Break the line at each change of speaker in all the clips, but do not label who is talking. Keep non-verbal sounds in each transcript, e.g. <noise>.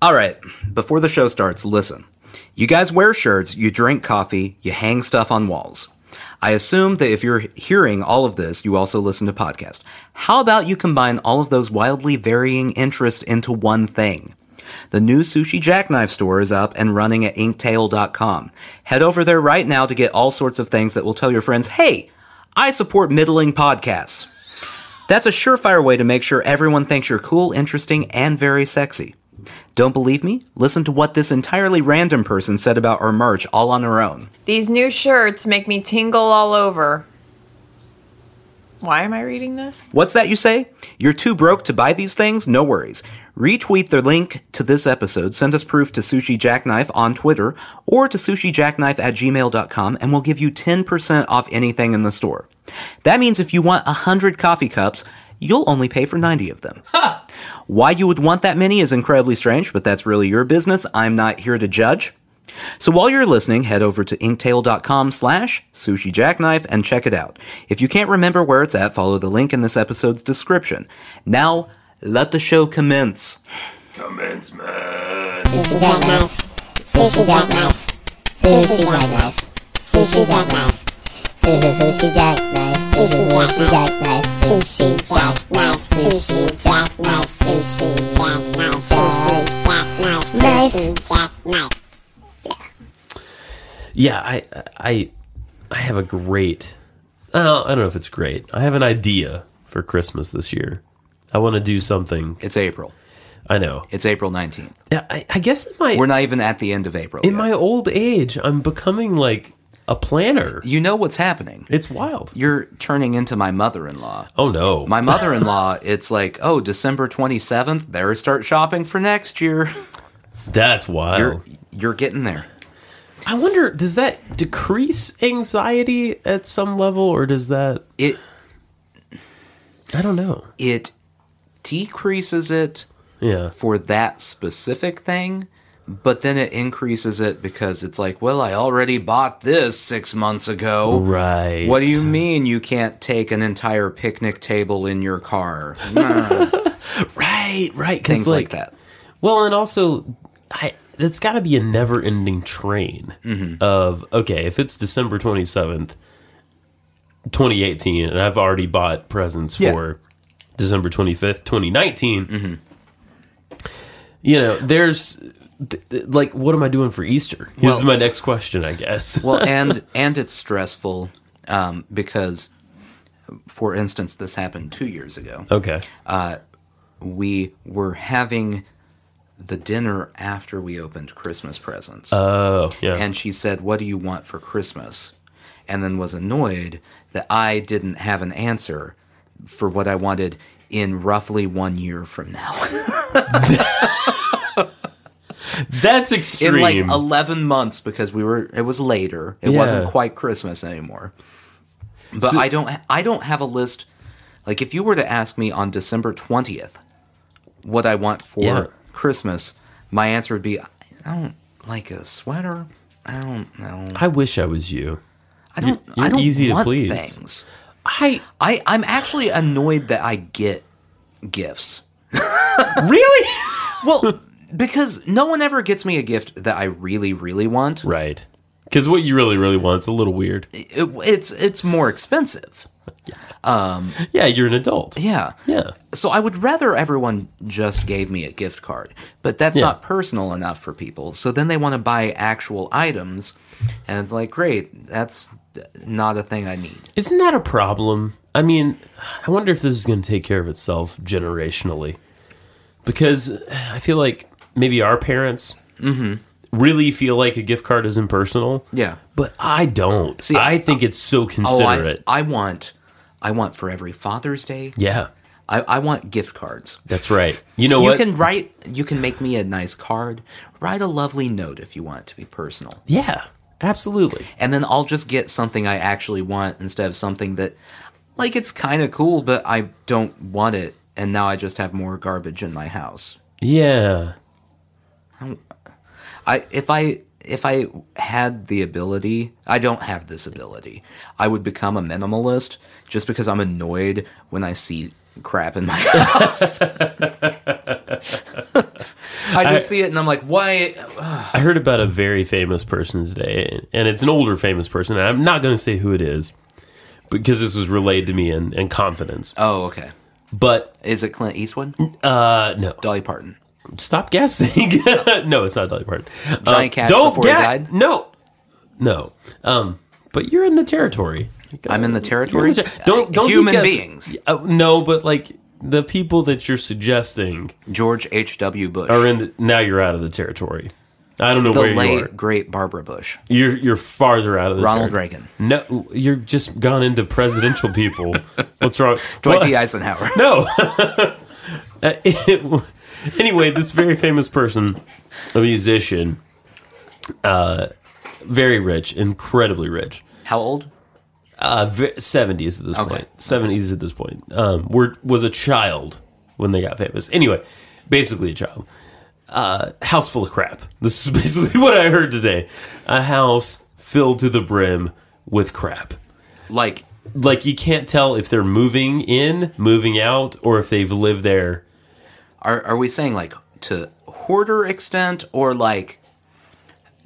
All right, before the show starts, listen. You guys wear shirts, you drink coffee, you hang stuff on walls. I assume that if you're hearing all of this, you also listen to podcasts. How about you combine all of those wildly varying interests into one thing? The new Sushi Jackknife store is up and running at inktail.com. Head over there right now to get all sorts of things that will tell your friends, hey, I support middling podcasts. That's a surefire way to make sure everyone thinks you're cool, interesting, and very sexy. Don't believe me? Listen to what this entirely random person said about our merch all on her own.
These new shirts make me tingle all over. Why am I reading this?
What's that you say? You're too broke to buy these things? No worries. Retweet the link to this episode, send us proof to Sushi Jackknife on Twitter or to sushiJackknife at gmail.com and we'll give you 10% off anything in the store. That means if you want 100 coffee cups, you'll only pay for 90 of them. Why you would want that many is incredibly strange, but that's really your business. I'm not here to judge. So while you're listening, head over to inktail.com slash sushi jackknife and check it out. If you can't remember where it's at, follow the link in this episode's description. Now, let the show commence.
Commencement.
Sushi Jackknife. Sushi Jackknife. Sushi Jackknife. Sushi Jackknife. Sushi Jackknife. Sushi Jackknife. Sushi Jackknife. Sushi Jackknife. Sushi Jackknife. Sushi Jackknife. Sushi Jackknife.
Yeah, I, I, I have a great. Uh, I don't know if it's great. I have an idea for Christmas this year. I want to do something.
It's April.
I know.
It's April 19th.
Yeah, I, I guess in my
We're not even at the end of April.
in
yet.
my old age, I'm becoming like a planner.
you know what's happening.
It's wild.
You're turning into my mother-in-law.
Oh no,
My
<laughs>
mother-in-law, it's like, oh, December 27th, better start shopping for next year.
that's wild.
You're, you're getting there.
I wonder, does that decrease anxiety at some level, or does that?
It
I don't know.
it decreases it
Yeah,
for that specific thing, but then it increases it because it's like, well, I already bought this 6 months ago.
right.
What do you mean you can't take an entire picnic table in your
<laughs>
car?
Right, right. 'cause,
Things like, that.
Well, and also, I that's got to be a never-ending train
Mm-hmm.
of okay. If it's December twenty seventh, twenty eighteen, and I've already bought presents
Yeah.
for December twenty fifth, twenty
Mm-hmm.
You know, there's th- th- like, what am I doing for Easter? This
Well-
is my next question, I guess.
well and and it's stressful um, because for instance this happened two years ago
<laughs> okay,
we were having the dinner after we opened christmas presents
oh yeah,
and she said what do you want for christmas and then was annoyed that i didn't have an answer for what i wanted in roughly one year from now <laughs>
that's
in
extreme.
like 11 months because we were it was later it
Yeah.
wasn't quite christmas anymore but
So-
i don't ha- i don't have a list like if you were to ask me on december 20th what i want for
Yeah.
christmas my answer would be i don't like a sweater i don't know
I wish I was you.
i don't
you're
i don't
easy to
want
please.
things
I
i i'm actually annoyed that i get gifts <laughs>
really <laughs>
well because no one ever gets me a gift that i really really want
right because what you really really want's a little weird.
It- it's it's more expensive
Yeah, you're an adult.
Yeah.
Yeah.
So I would rather everyone just gave me a gift card, but that's
Yeah.
not personal enough for people. So then they want to buy actual items, and it's like, great, that's not a thing I need.
Isn't that a problem? I mean, I wonder if this is going to take care of itself generationally. Because I feel like maybe our parents really feel like a gift card is impersonal.
Mm-hmm. Yeah.
But I don't.
See,
I think it's so
Oh, I,
considerate.
I want, I want for every Father's Day,
yeah,
I, I want gift cards.
that's right. You know
You
what?
can write, you can make me a nice card. Write a lovely note if you want it to be personal,
yeah, absolutely.
and then I'll just get something I actually want instead of something that, like, it's kind of cool, but I don't want it, and now I just have more garbage in my house.
Yeah.
I if I if I had the ability, I don't have this ability. I would become a minimalist just because I'm annoyed when I see crap in my <laughs> house. I just see it and I'm like, why?
I heard about a very famous person today, and it's an older famous person. And I'm not going to say who it is because this was relayed to me in, in confidence.
Oh, okay.
But
Is it Clint Eastwood?
uh, no,
Dolly Parton.
stop guessing. <laughs> no, it's not Dolly Parton.
Johnny
Um,
Cash
don't
before he
guess-
died?
No, no. Um, but you're in the territory.
I'm in the territory.
You're in the ter- don't don't you
Human
guess-
beings.
Uh, no, but like the people that you're suggesting
George H.W. Bush.
are in. The, now you're out of the territory. I don't know
the
Oh, where you
late,
are.
great Barbara Bush.
<laughs> You're you're farther out of the
Ronald
territory.
Reagan.
No, you're just gone into
<laughs>
presidential people. What's wrong?
Dwight
Well,
D. Eisenhower.
<laughs> No. Uh, <laughs> it- anyway, this very famous person, a musician, uh, very rich, incredibly rich.
How old?
Uh, seventies at this
Okay.
point. Seventies at this point. Um, were was a child when they got famous. Anyway, basically a child. Uh, house full of crap. This is <laughs> basically what I heard today. A house filled to the brim with crap
Like,
like you can't tell if they're moving in, moving out, or if they've lived there.
are, are we saying like to hoarder extent or like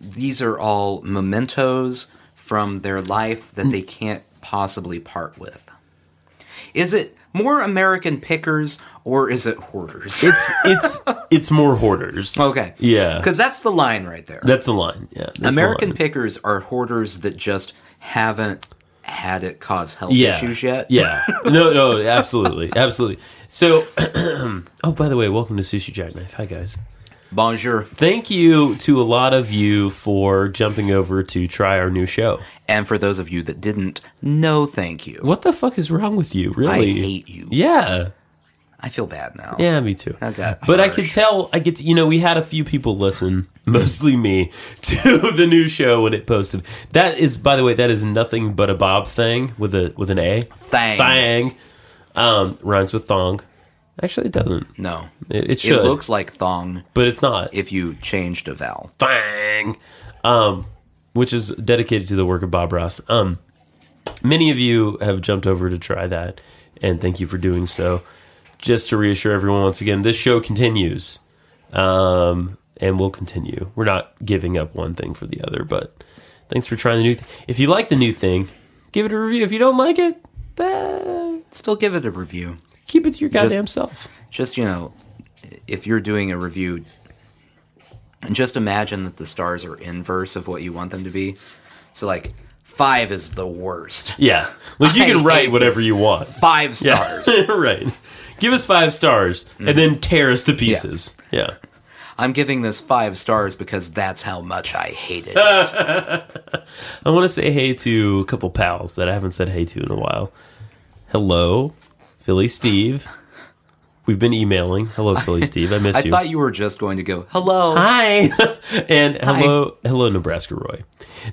these are all mementos from their life
Mm.
that they can't possibly part with? Is it more American pickers or is it hoarders?
It's it's it's more hoarders.
<laughs> okay.
Yeah.
Because that's the line right there.
That's the line. Yeah. that's the
American
line.
pickers are hoarders that just haven't had it cause health
yeah.
issues yet.
Yeah. No, no, absolutely. <laughs> Absolutely. So <clears throat> Oh, by the way, welcome to Sushi Jackknife. Hi guys.
Bonjour.
Thank you to a lot of you for jumping over to try our new show.
And for those of you that didn't, no thank you.
What the fuck is wrong with you,
I
really?
hate you.
Yeah.
I feel bad now.
Yeah, me too.
That got
But I
harsh.
could tell, I could, you know, we had a few people listen, <laughs> mostly me, <laughs> to the new show when it posted. That is, by the way, that is nothing but a Bob thing with a with an A.
Thang.
Thang. Um, rhymes with thong. Actually, it doesn't.
No.
It, it should,
It looks like thong
but it's not.
if you changed a vowel.
Thang. Um, which is dedicated to the work of Bob Ross. Um, many of you have jumped over to try that, and thank you for doing so. Just to reassure everyone once again, this show continues, um, and will continue. We're not giving up one thing for the other, but thanks for trying the new. Th- if you like the new thing, give it a review. If you don't like it, eh,
Still give it a review.
keep it to your goddamn self.
Just, you know, if you're doing a review, just imagine that the stars are inverse of what you want them to be. So, like, five is the worst.
Yeah, like you
I
can
hate
write whatever
this.
you want.
Five stars. Mm-hmm.
Yeah. <laughs> right. Give us five stars and then tear us to pieces. Yeah.
I'm giving this five stars because that's how much I hate it.
I want to say hey to a couple pals that I haven't said hey to in a while. Hello, Philly Steve. We've been emailing.
<laughs>
Hello, Philly Steve. I miss
I
you.
thought you were just going to go, hello.
Hi. <laughs> and hello, hello, Nebraska Roy.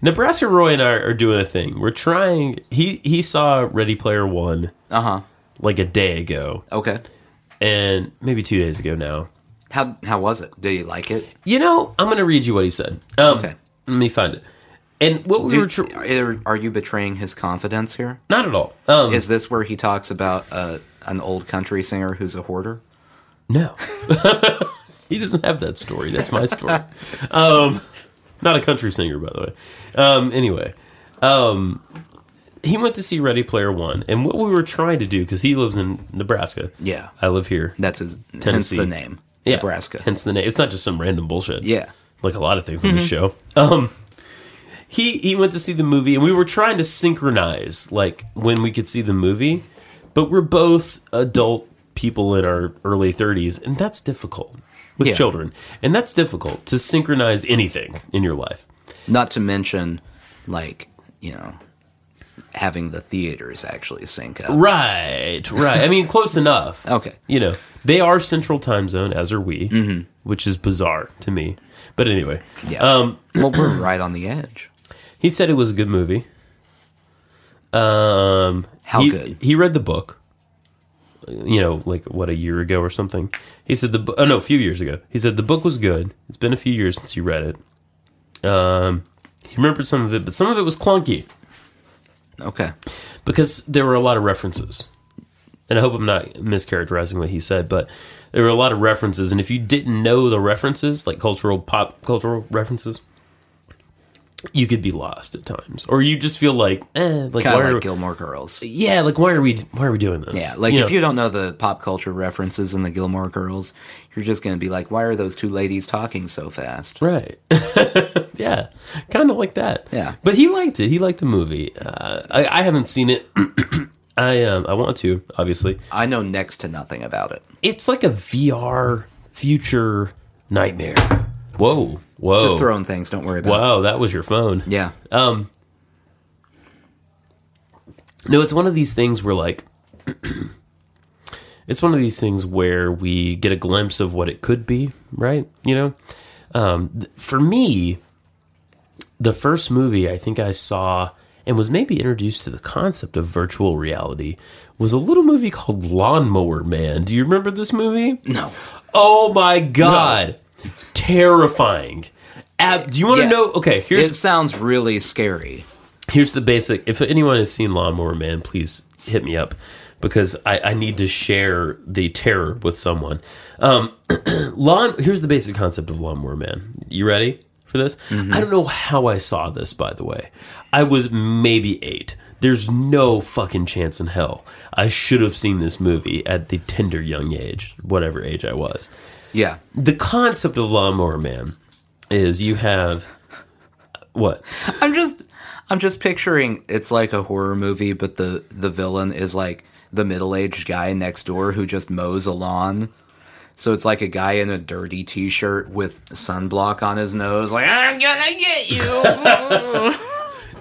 Nebraska Roy and I are doing a thing. We're trying. He he saw Ready Player One
Uh huh.
like a day ago,
Okay.
and maybe two days ago now.
How how was it? Did you like it?
You know, I'm going to read you what he said. Um,
Okay.
Let me find it. And what we were
Dude,
tr-
are, are you betraying his confidence here?
not at all. Um,
Is this where he talks about uh, an old country singer who's a hoarder?
no, <laughs> he doesn't have that story. That's my story. um, not a country singer, by the way. Um, anyway, um, he went to see Ready Player One, and what we were trying to do because he lives in Nebraska.
Yeah.
I live here.
Uh, That's his hence
Tennessee.
the name.
Yeah,
Nebraska.
Hence the name. It's not just some random bullshit.
Yeah.
like a lot of things on the
Mm-hmm.
show. Um, he he went to see the movie, and we were trying to synchronize like when we could see the movie, but we're both adult people in our early thirties, and that's difficult with
Yeah.
children, and that's difficult to synchronize anything in your life.
Not to mention like, you know, having the theaters actually sync up.
Right, right. I mean, close enough.
<laughs> Okay. Mm-hmm.
You know, they are central time zone, as are we, which is bizarre to me. But anyway,
Yeah. Um well, we're right on the edge.
He said it was a good movie. Um,
How
he-
good?
He read the book. You know, like what a year ago or something. He said the bu- oh no, a few years ago. He said the book was good. It's been a few years since he read it. Um, he remembered some of it, but some of it was clunky
Okay.
because there were a lot of references. and I hope I'm not mischaracterizing what he said, but there were a lot of references, and if you didn't know the references, like cultural pop cultural references, you could be lost at times, or you just feel like, eh, like
Kind
why
of
are
like Gilmore Girls.
yeah, like why are we why are we doing this?
Yeah, like if
know,
you don't know the pop culture references in the Gilmore Girls, you're just going to be like, why are those two ladies talking so fast?
right, <laughs> yeah, kind of like that.
Yeah.
but he liked it. He liked the movie. Uh, I, I haven't seen it. <clears throat> I um, I want to obviously.
I know next to nothing about it.
It's like a VR future nightmare. Whoa, whoa,
Just throwing things, don't worry about it.
wow, that was your phone.
Yeah.
Um, no, it's one of these things where like, <clears throat> it's one of these things where we get a glimpse of what it could be, right? You know, um, th- for me, the first movie I think I saw and was maybe introduced to the concept of virtual reality was a little movie called Lawnmower Man. Do you remember this movie?
No.
Oh my god, terrifying. Ab- do you want to
Yeah.
know? Okay, here's
It sounds really scary.
here's the basic if anyone has seen lawnmower man please hit me up because i, I need to share the terror with someone um, <clears throat> lawn here's the basic concept of lawnmower man you ready for this i don't know how i saw this by the way i was maybe eight there's no fucking chance in hell i should have seen this movie at the tender young age whatever age i was
Yeah.
the concept of lawnmower man is you have what
I'm just I'm just picturing it's like a horror movie, but the the villain is like the middle aged guy next door who just mows a lawn. So it's like a guy in a dirty t shirt with sunblock on his nose, like I'm gonna get <laughs> you.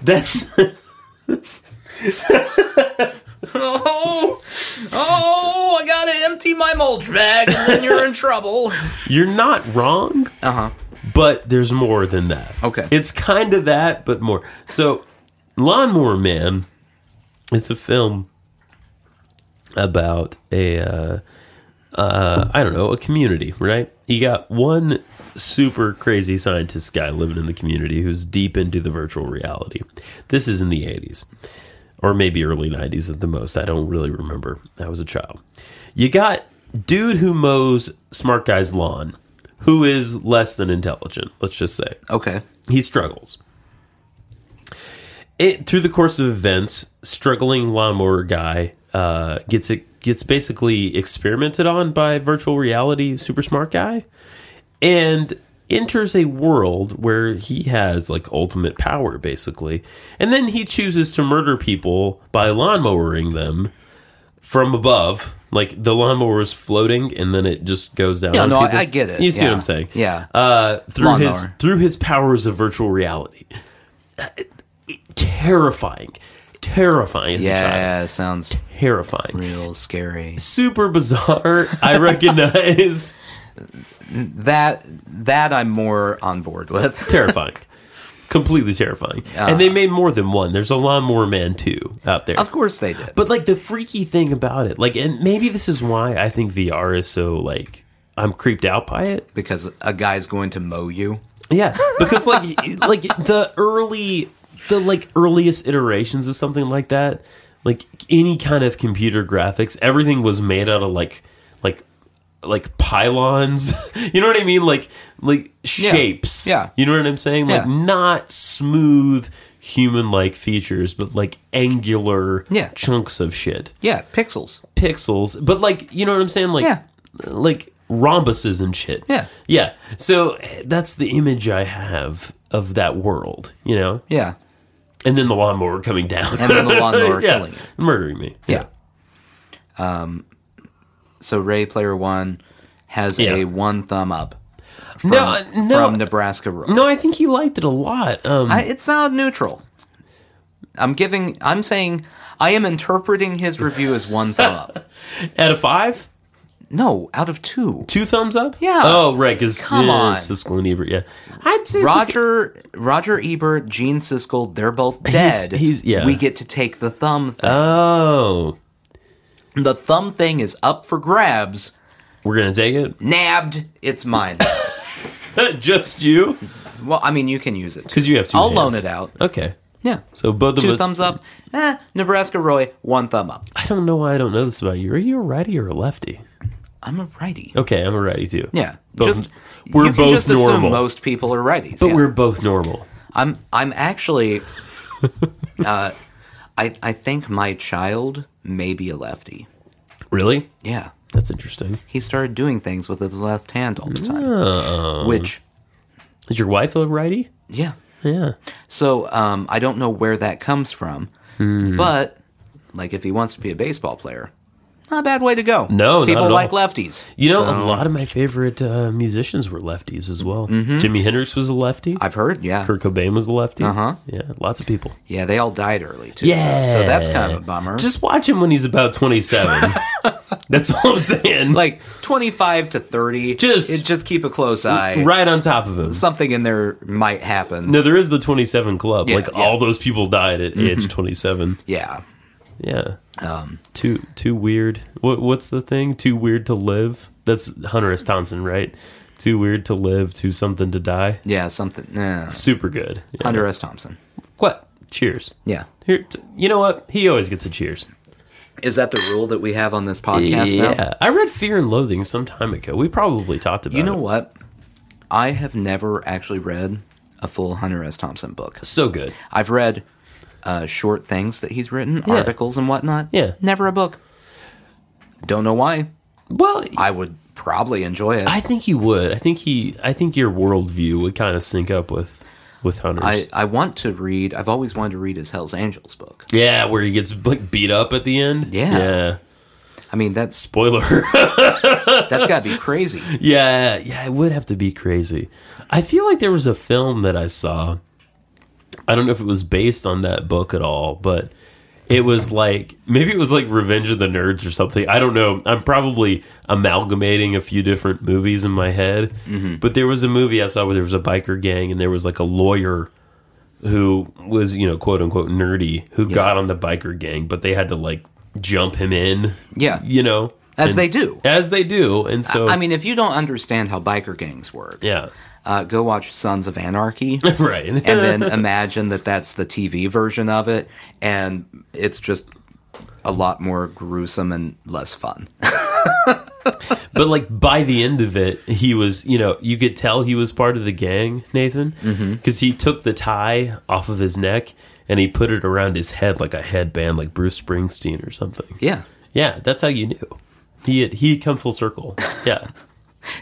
that's
oh, oh, I gotta empty my mulch bag, and then you're in trouble.
You're not wrong,
Uh huh.
but there's more than that.
Okay.
It's kind of that, but more. So, Lawnmower Man is a film about a, uh, uh, I don't know, a community, right? You got one super crazy scientist guy living in the community who's deep into the virtual reality. This is in the 80s or maybe early 90s at the most. I don't really remember. I was a child. You got dude who mows smart guy's lawn who is less than intelligent, let's just say.
<laughs> Okay.
He struggles. It through the course of events, struggling lawnmower guy uh, gets it gets basically experimented on by virtual reality super smart guy, and enters a world where he has like ultimate power basically, and then he chooses to murder people by lawnmowering them from above. Like the lawnmower is floating, and then it just goes down.
Yeah,
on
no, I,
people.
I get it.
You see
Yeah.
what I'm saying?
Yeah.
uh, through his
Lawnmower.
through his powers of virtual reality. Terrifying, terrifying. As a child.
yeah, it sounds
terrifying.
real scary.
Super bizarre. I recognize.
<laughs> That that I'm more on board with. <laughs>
terrifying. Completely terrifying. and they made more than one. There's a lawnmower man too out there.
Ah. Of course they did.
But like the freaky thing about it, like, and maybe this is why I think VR is so like I'm creeped out by it.
because a guy's going to mow you.
Yeah, because like like the early the like earliest iterations of something like that, like any kind of computer graphics, everything was made out of like like like pylons. <laughs> you know what I mean? Like like shapes.
Yeah.
You know what I'm saying? Like
Yeah.
not smooth human like features, but like angular
Yeah.
chunks of shit.
Yeah, pixels.
Pixels. But like you know what I'm saying? Like
Yeah.
like rhombuses and shit.
Yeah.
Yeah. So eh, that's the image I have of that world, you know?
Yeah.
And then the lawnmower coming down. <laughs>
And then the lawnmower
yeah.
killing you.
Murdering me.
Yeah. Um so Ray Player One has
Yeah.
a one thumb up from,
No, uh, no.
from Nebraska Road.
No, I think he liked it a lot. Um,
I, it sounds neutral. I'm giving I'm saying I am interpreting his review as one thumb
<laughs>
up.
out of five?
No, out of two.
Two thumbs up?
Yeah.
Oh, right. Because
Come on.
Siskel and Ebert. Yeah. I'd say it's
Roger Roger Ebert, Gene Siskel, they're both
He's-
dead.
he's- yeah.
We get to take the thumb thing.
okay. Oh,
the thumb thing is up for grabs.
we're gonna take
Nabbed, it's
<laughs>
mine.
it. <laughs> Just you,
well, I mean you can use it. too.
because you have two.
I'll
hands. <laughs>
loan it out.
Okay.
Yeah.
So both of
Two
us.
thumbs up. Eh, Nebraska Roy, one thumb
<laughs>
up.
I don't know why I don't know this about you. Are you a righty or a lefty?
I'm a righty.
Okay, I'm a righty too.
Yeah.
Both-
just
we're
you can
both
just assume
normal.
most people are righties.
But
yeah.
we're both normal.
I'm I'm
<laughs>
actually uh I I think my child may be a lefty.
Really?
Yeah.
That's interesting.
He started doing things with his left hand all the time.
Oh.
Which
Is your wife a righty?
yeah.
Yeah.
So um I don't know where that comes from.
Hmm.
But like if he wants to be a baseball player, not a bad way to go.
No, not
people
at
like
all.
lefties.
You know, a lot of my favorite uh, musicians were lefties as well.
Mm-hmm.
Jimi Hendrix was a lefty.
I've heard, yeah.
Kurt Cobain was a lefty. Uh
Uh-huh.
Yeah, lots of people.
Yeah, they all died early too.
Yeah.
So that's kind of a bummer.
Just watch him when he's
<laughs>
about 27. That's all I'm saying.
like 25 to 30
Just-
it, just keep a close eye
right on top of him.
something in there might happen
No, there is the 27 Club.
Yeah,
like
yeah. Mm-hmm.
all those people died at age 27.
yeah
Yeah. Um, too too weird. What what's the thing? Too weird to live. That's Hunter S. Thompson, right? Too weird to live. Too something to die.
yeah something nah.
Super good. Yeah.
hunter s thompson
What? Cheers.
yeah
Here, t- you know what? He always gets a cheers.
is that the rule that we have on this podcast now
yeah, I read Fear and Loathing some time ago. We probably talked about.
you know
it.
what i have never actually read a full hunter s thompson book
So good.
i've read uh, short things that he's written
Yeah.
articles and whatnot
Yeah.
never a book don't know why
Well, I,
i would probably enjoy it
think he would. I think he. I think your worldview would kind of sync up with with Hunter's.
I, I want to read i've always wanted to read his hells angels book
yeah, where he gets like beat up at the end.
Yeah.
Yeah.
i mean that's
Spoiler. <laughs>
That's got to be crazy.
Yeah, yeah, it would have to be crazy. I feel like there was a film that I saw. I don't know if it was based on that book at all, but it was like maybe it was like Revenge of the Nerds or something. I don't know. I'm probably amalgamating a few different movies in my head.
Mm-hmm.
But there was a movie I saw where there was a biker gang and there was like a lawyer who was, you know, quote unquote nerdy who got on the biker gang, but they had to like jump him in.
Yeah.
You know,
As
And-
they do.
As they do. And so
I mean, if you don't understand how biker gangs work,
yeah.
uh, go watch Sons of Anarchy
<laughs> Right. <laughs> And
and then imagine that that's the TV version of it. And it's just a lot more gruesome and less fun. <laughs>
but like by the end of it, he was, you know, you could tell he was part of the gang, Nathan, because he took the tie off of his neck and he put it around his head like a headband, like Bruce Springsteen or something.
yeah.
Yeah, that's how you knew. He had, he had come full circle. Yeah.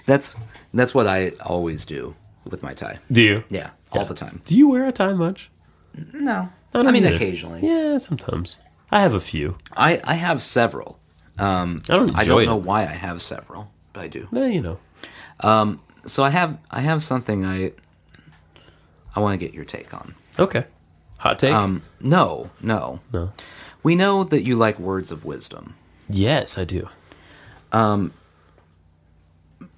That's that's what I always do with my tie.
<laughs> Do you?
Yeah. All the time.
Do you wear a tie much?
No. I,
don't
mean,
either.
occasionally.
Yeah, sometimes. I have a few.
I, I have several.
I don't enjoy
I don't
it.
know why I have several, but I do.
Eh, you know.
So I have I have something I I want to get your take on.
Okay. Hot take?
Um, no, no.
no.
We know that you like words of wisdom.
Yes, I do.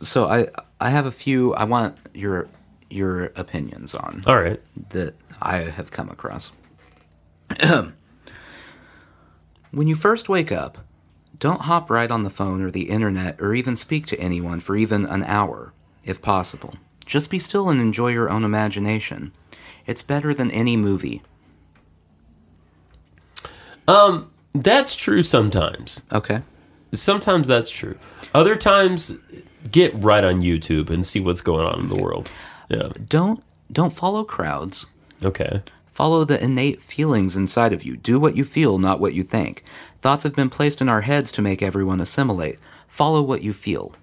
So I I have a few I want your your opinions on
All right.
that I have come across. <clears throat> when you first wake up, don't hop right on the phone or the internet or even speak to anyone for even an hour, if possible. Just be still and enjoy your own imagination. It's better than any movie.
That's true sometimes.
Okay.
Sometimes that's true. Other times, get right on YouTube and see what's going on in the world. Yeah.
Don't don't follow crowds.
Okay.
Follow the innate feelings inside of you. Do what you feel, not what you think. Thoughts have been placed in our heads to make everyone assimilate. Follow what you feel.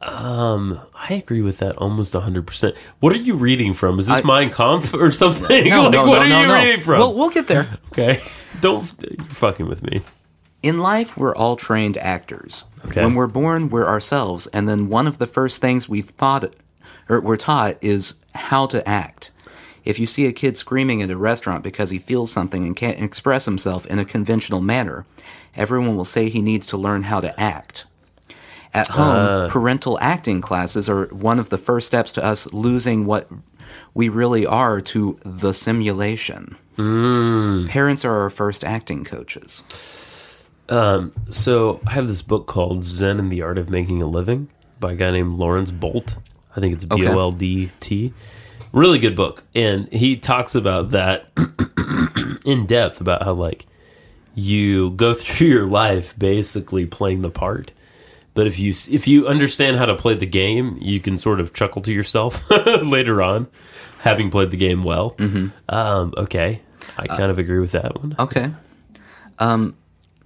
I agree with that almost 100%. What are you reading from? Is this Mein Kampf or <laughs> something?
No,
like,
no,
what
no,
are
no,
you
no.
reading from?
We'll, we'll get there.
okay. <laughs> Don't. You're fucking with me.
In life, we're all trained actors.
Okay.
When we're born, we're ourselves, and then one of the first things we've thought or we're taught is how to act. If you see a kid screaming at a restaurant because he feels something and can't express himself in a conventional manner, everyone will say he needs to learn how to act. At home, parental acting classes are one of the first steps to us losing what we really are to the simulation. Parents are our first acting coaches.
So, I have this book called Zen and the Art of Making a Living by a guy named Lawrence Bolt. I think it's B O L D T. really good book and he talks about that <clears throat> in depth about how like you go <laughs> through your life basically playing the part but if you if you understand how to play the game you can sort of chuckle to yourself <laughs> later on having played the game well um, okay i kind of agree with that one
Okay. Um,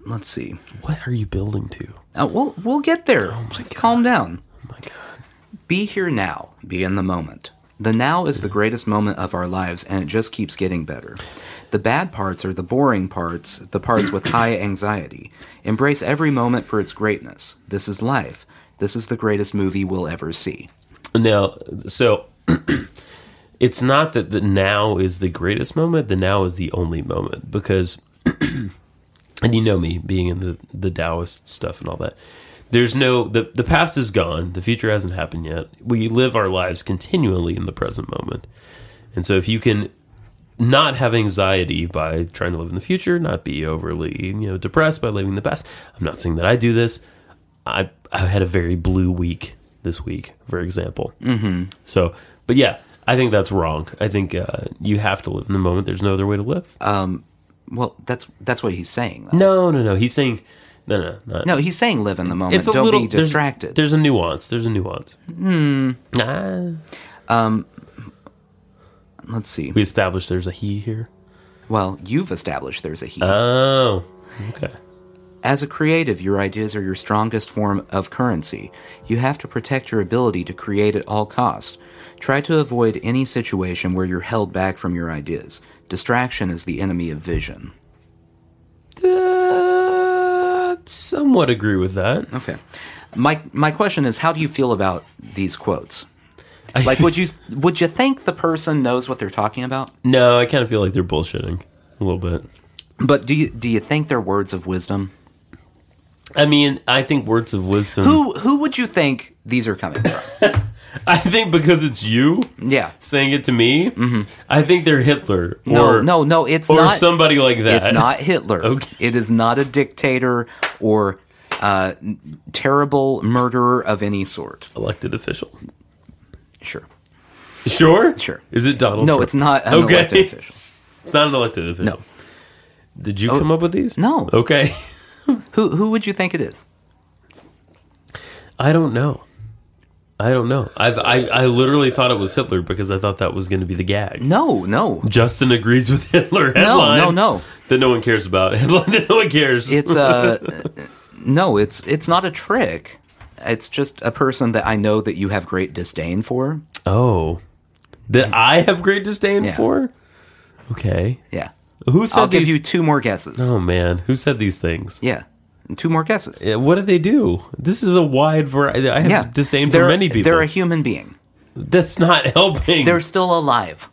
let's see.
what are you building to
Uh, we'll we'll get there. Just calm down.
oh my god
Be here now. Be in the moment. The now is the greatest moment of our lives, and it just keeps getting better. The bad parts are the boring parts, the parts with
<coughs>
high anxiety. Embrace every moment for its greatness. This is life. This is the greatest movie we'll ever see.
Now, so <clears throat> it's not that the now is the greatest moment. The now is the only moment because, <clears throat> and you know me being in the the Taoist stuff and all that. There's no the the past is gone. The future hasn't happened yet. We live our lives continually in the present moment, and so if you can not have anxiety by trying to live in the future, not be overly you know depressed by living in the past. I'm not saying that I do this. I I had a very blue week this week, for example. Mm-hmm. So, but yeah, I think that's wrong. I think uh, you have to live in the moment. There's no other way to live.
Well, that's that's what he's saying. Though.
no, no, no. He's saying no, no, no.
No, he's saying live in the moment. Don't be
there's-
distracted.
There's, a nuance. There's a nuance. Hmm. Ah,
Let's see.
we established there's a he here.
Well, you've established there's a he.
Oh, okay.
As a creative, your ideas are your strongest form of currency. You have to protect your ability to create at all costs. Try to avoid any situation where you're held back from your ideas. Distraction is the enemy of vision.
Uh, somewhat agree with that.
Okay. My my question is how do you feel about these quotes? Like would you would you think the person knows what they're talking about?
No, I kind of feel like they're bullshitting a little bit.
But do you do you think they're words of wisdom?
I mean, I think words of wisdom.
Who who would you think these are coming from?
<laughs> I think because it's you
Yeah.
saying it to me, I think they're Hitler
Mm-hmm. No,
or
no, no, it's
or
not
somebody like that.
It's not Hitler.
<laughs> Okay.
It is not a dictator or uh, n- terrible murderer of any sort.
elected official.
Sure.
Sure,
Sure.
Is it Donald?
No,
Trump?
it's not an
Okay.
elected official.
It's not an elected official.
No. Oh,
Did you come up with these?
No.
Okay. <laughs>
Who who would you think it is?
I don't know. I don't know. I've, I I literally thought it was Hitler because I thought that was going to be the gag.
No, no.
Justin agrees with <laughs> Hitler headline.
no, no.
That no one cares about <laughs> headline. That no one cares.
It's uh <laughs> no, it's it's not a trick. It's just a person that I know that you have great disdain for.
Oh, that I have great disdain
Yeah.
for. Okay,
Yeah.
who said
I'll give
these-
you two more guesses.
Oh man, who said these things?
Yeah. Two more guesses.
Yeah, What do they do? This is a wide variety. I have
Yeah.
disdain
They're-
for many people.
They're a human being.
That's not
They're
helping. <laughs> They're
still alive.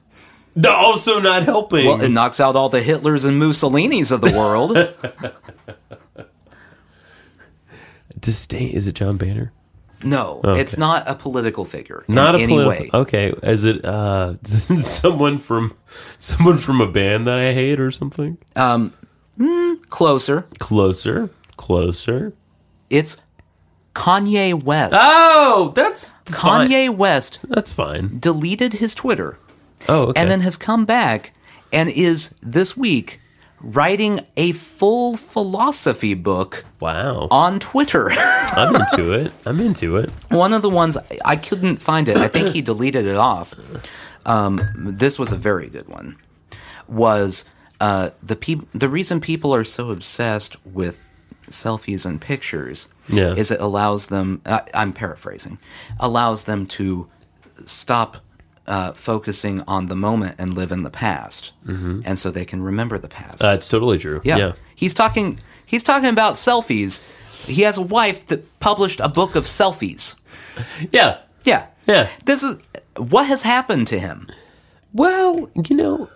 also not helping.
Well, it knocks out all the Hitlers and Mussolinis of the
<laughs>
world.
disdain. Is it John Banner?
No, it's not a political figure.
Not
in
a
any
politi-
way.
Okay, is it uh, <laughs> someone from someone from a band that I hate or something?
Closer.
Closer, closer.
It's Kanye West.
Oh, that's fine.
Kanye West
That's fine.
deleted his Twitter
Oh, okay.
and then has come back and is this week writing a full philosophy book
wow,
on Twitter. <laughs>
I'm into it. I'm into it.
One of the ones I- I couldn't find it. I think he deleted it off. Um, this was a very good one. Was uh, the peop the reason people are so obsessed with selfies and pictures?
Yeah.
is it allows them. I, I'm paraphrasing. Allows them to stop uh, focusing on the moment and live in the past, and so they can remember the past.
Mm-hmm. Uh, it's totally true.
yeah.
yeah.
he's talking. He's talking about selfies. He has a wife that published a book of selfies.
Yeah.
Yeah.
Yeah.
This is what has happened to him.
Well, you know,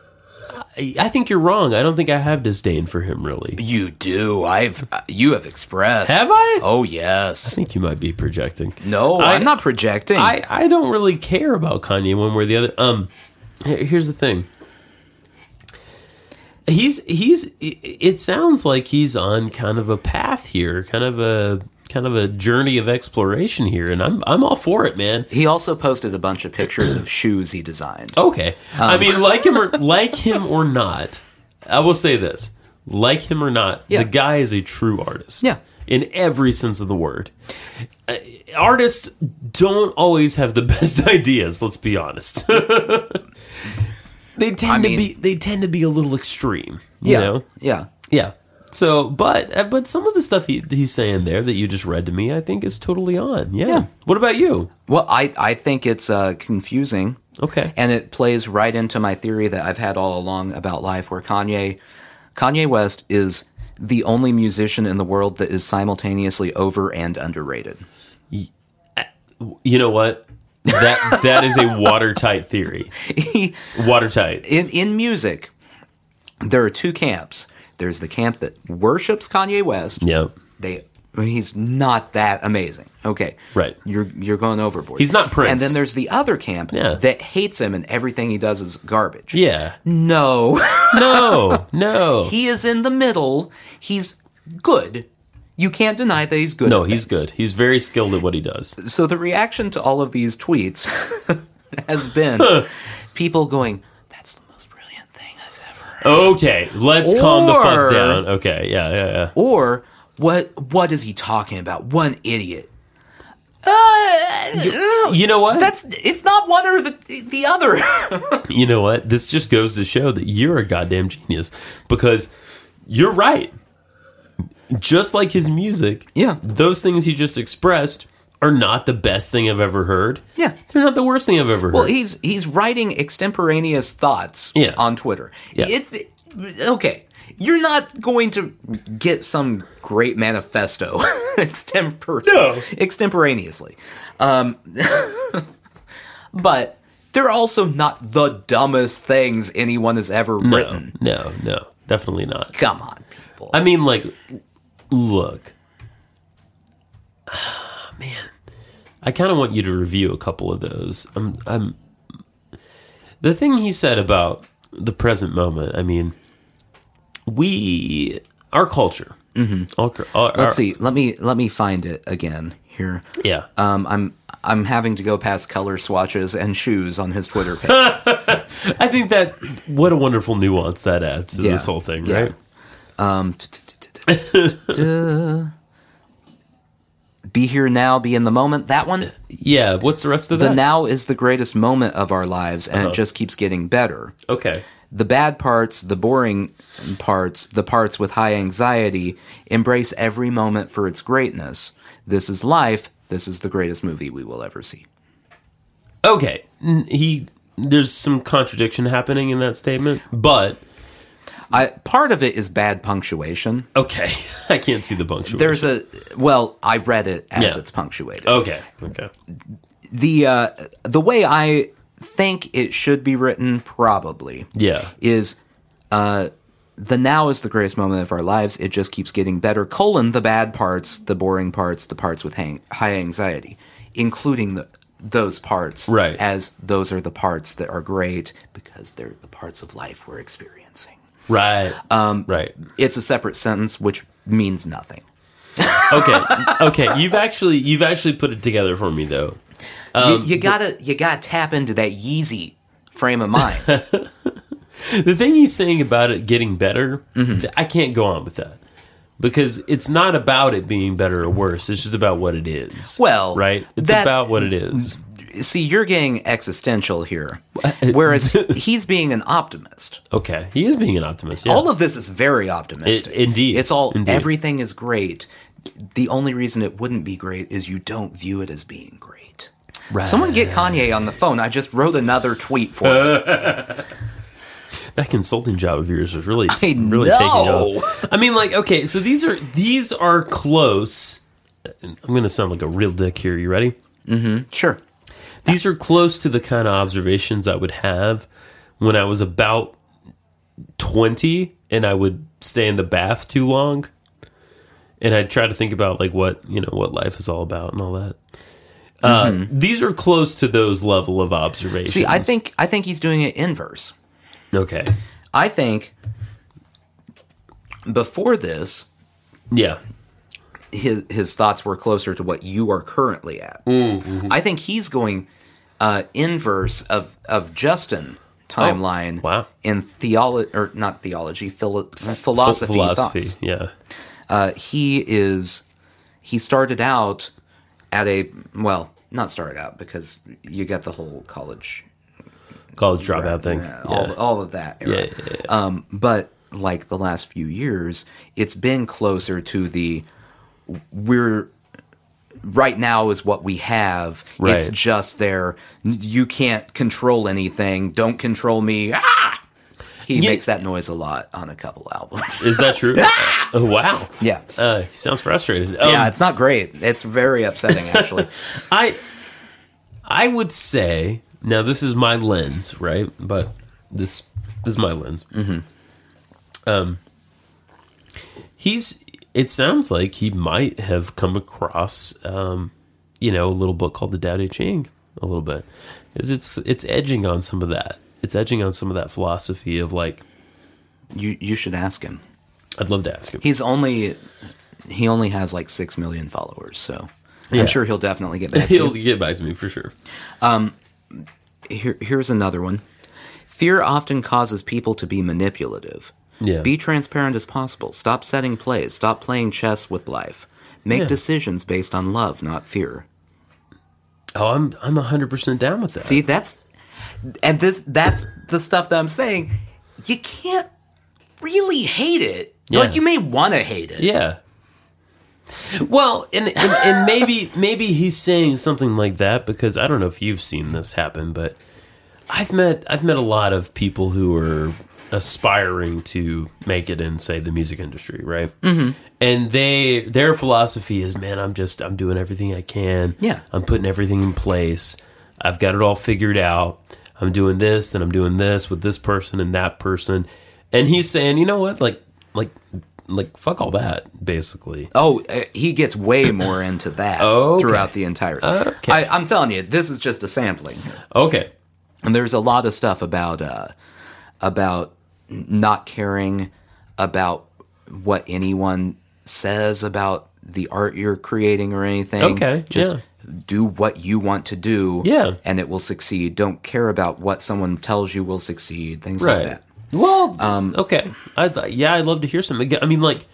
I, I think you're wrong. I don't think I have disdain for him, really.
You do. I've uh, you have expressed.
Have I?
Oh
I
yes.
think you might be projecting.
No,
I-
I, am not projecting.
I, I don't really care about Kanye one way or the other. Um, here- here's the thing. He's he's. i- It sounds like he's on kind of a path here, kind of a kind of a journey of exploration here, and I'm I'm all for it, man.
He also posted a bunch of pictures of <clears throat> shoes he designed.
Okay,
Um,
I mean, like him or like him or not, I will say this: like him or not,
Yeah.
the guy is a true artist.
Yeah.
in every sense of the word. Uh, artists don't always have the <laughs> best ideas. Let's be honest. <laughs> they tend
mean-
to be they tend to be a little extreme. You
yeah,
know?
yeah.
Yeah. So, but uh, but some of the stuff he, he's saying there that you just read to me, I think is totally on. Yeah.
Yeah.
What about you?
Well, I I think it's uh, confusing,
Okay.
and it plays right into my theory that I've had all along about life, where Kanye Kanye West is the only musician in the world that is simultaneously over and underrated.
you know what? That that is a
<laughs>
watertight theory. Watertight.
in in music, there are two camps. There's the camp that worships Kanye West.
Yep.
They I mean, he's not that amazing. Okay.
Right.
You're you're going overboard.
He's not Prince.
And then there's the other camp
Yeah.
that hates him and everything he does is garbage.
Yeah.
No. <laughs>
No. No.
he is in the middle. He's good. You can't deny that he's good.
no,
at
he's
things.
good. He's very skilled at what he does.
So the reaction to all of these tweets <laughs>
<laughs>
has been people going, That's the most brilliant thing I've ever heard.
Okay, let's calm the
Or-
fuck down. Okay, yeah, yeah, yeah.
or what what is he talking about one idiot uh,
You know what?
that's it's not one or the the other <laughs>
you know what? This just goes to show that you're a goddamn genius because you're right. Just like his music,
Yeah.
those things he just expressed are not the best thing I've ever heard.
Yeah.
they're not the worst thing I've ever heard.
well he's he's writing extemporaneous thoughts
Yeah.
on twitter
Yeah.
it's okay you're not going to get some great manifesto <laughs> extempor-
No.
extemporaneously um, <laughs> but they're also not the dumbest things anyone has ever
no,
written
no, no, definitely not.
come on people
I mean, like, look, <sighs> man, I kind of want you to review a couple of those. I'm, I'm. The thing he said about the present moment. I mean, we, our culture. Mm-hmm. Our, our,
Let's see. Let me let me find it again here.
Yeah.
Um, I'm I'm having to go past color swatches and shoes on his Twitter
<laughs>
page.
I think that what a wonderful nuance that adds to
Yeah.
this whole thing,
Yeah.
right?
um, be here now, be in the moment. That one.
Yeah. Uh-huh. What's the rest of
The
that?
now is the greatest moment of our lives, and it just keeps getting better.
okay.
The bad parts, the boring parts, the parts with high anxiety embrace every moment for its greatness. This is life. This is the greatest movie we will ever see.
Okay. N- He. There's some contradiction happening in that statement, but
I, part of it is bad punctuation.
Okay, <laughs> I can't see the punctuation.
There's a well, I read it as
Yeah. Oh.
it's punctuated.
okay, okay,
The uh, the way I think it should be written probably
yeah,
is uh, the now is the greatest moment of our lives. It just keeps getting better. Colon the bad parts, the boring parts, the parts with hang- high anxiety, including the those parts
Right.
as those are the parts that are great because they're the parts of life we're experiencing.
right, um, right.
It's a separate sentence which means nothing.
Okay, <laughs> okay. You've actually you've actually put it together for me though.
you,
Um,
you gotta you gotta tap into that Yeezy frame of
<laughs>
mind.
The thing he's saying about it getting better,
Mm-hmm.
th- I can't go on with that because it's not about it being better or worse. It's just about what it is.
Well,
right. It's
that-
about what it is.
See, you're getting existential here,
<laughs>
whereas he's being an optimist.
Okay, he is being an optimist. Yeah.
All of this is very optimistic.
I- indeed,
it's all
indeed.
everything is great. The only reason it wouldn't be great is you don't view it as being great.
Right. Uh,
Someone get Kanye on the phone. I just wrote another tweet for him.
that consulting job of yours is really
I
really
know.
taking off. I mean, like, okay, so these are these are close. I'm gonna sound like a real dick here. You ready?
sure.
These are close to the kind of observations I would have when I was about 20 and I would stay in the bath too long. And I'd try to think about like what, you know, what life is all about and all that. Uh, These are close to those level of observations.
Mm-hmm. See, I think I think he's doing it inverse.
Okay.
I think before this,
Yeah.
his his thoughts were closer to what you are currently at.
Mm, mm-hmm.
I think he's going uh, inverse of of Justin timeline
Oh, wow.
in theology or not theology philo- philosophy,
philosophy.
thoughts.
Yeah.
Uh, he is he started out at a well not started out because you get the whole college
College dropout thing.
uh,
Yeah.
all, all of that era.
yeah, yeah,
Um, but like the last few years, it's been closer to the we're right now is what we have. It's
Right.
just there. N- You can't control anything. Don't control me. Ah! He
Yeah.
makes that noise a lot on a couple albums.
Is
<laughs>
that true? oh, wow.
yeah.
Uh, he sounds frustrated.
<laughs> yeah,
Um,
it's not great. It's very upsetting, actually. <laughs>
I I would say now this is my lens, right? But this this is my lens. Mm-hmm. Um, he's. It sounds like he might have come across, um, you know, a little book called the Tao Te Ching a little bit, because it's it's edging on some of that. It's edging on some of that philosophy of like.
you you should ask him.
I'd love to ask him.
He's only he only has like six million followers, so
Yeah.
I'm sure he'll definitely
<laughs>
get back. to you.
He'll get back to me for sure.
Here, here's another one. Fear often causes people to be manipulative.
Yeah.
Be transparent as possible. Stop setting plays. Stop playing chess with life. Make
Yeah.
decisions based on love, not fear.
Oh, I'm I'm hundred percent down with that.
See, that's and this that's the stuff that I'm saying. You can't really hate it.
Yeah.
Like you may want to hate it.
Yeah. Well, and, and and maybe maybe he's saying something like that because I don't know if you've seen this happen, but I've met I've met a lot of people who are aspiring to make it in say the music industry, right? Mm-hmm. And they their philosophy is, man, I'm just I'm doing everything I can.
Yeah.
I'm putting everything in place. I've got it all figured out. I'm doing this, then I'm doing this with this person and that person. And he's saying, you know what, like like like fuck all that, basically.
Oh, uh, he gets way more into that
Okay.
throughout the entire.
Okay.
I, I'm telling you, this is just a sampling.
Okay.
And there's a lot of stuff about uh, about n- not caring about what anyone says about the art you're creating or anything.
Okay,
just
yeah.
do what you want to do.
Yeah.
and it will succeed. Don't care about what someone tells you will succeed. Things like
Right.
that. Um,
Well, okay. I'd, yeah, I'd love to hear some. again. I mean, like,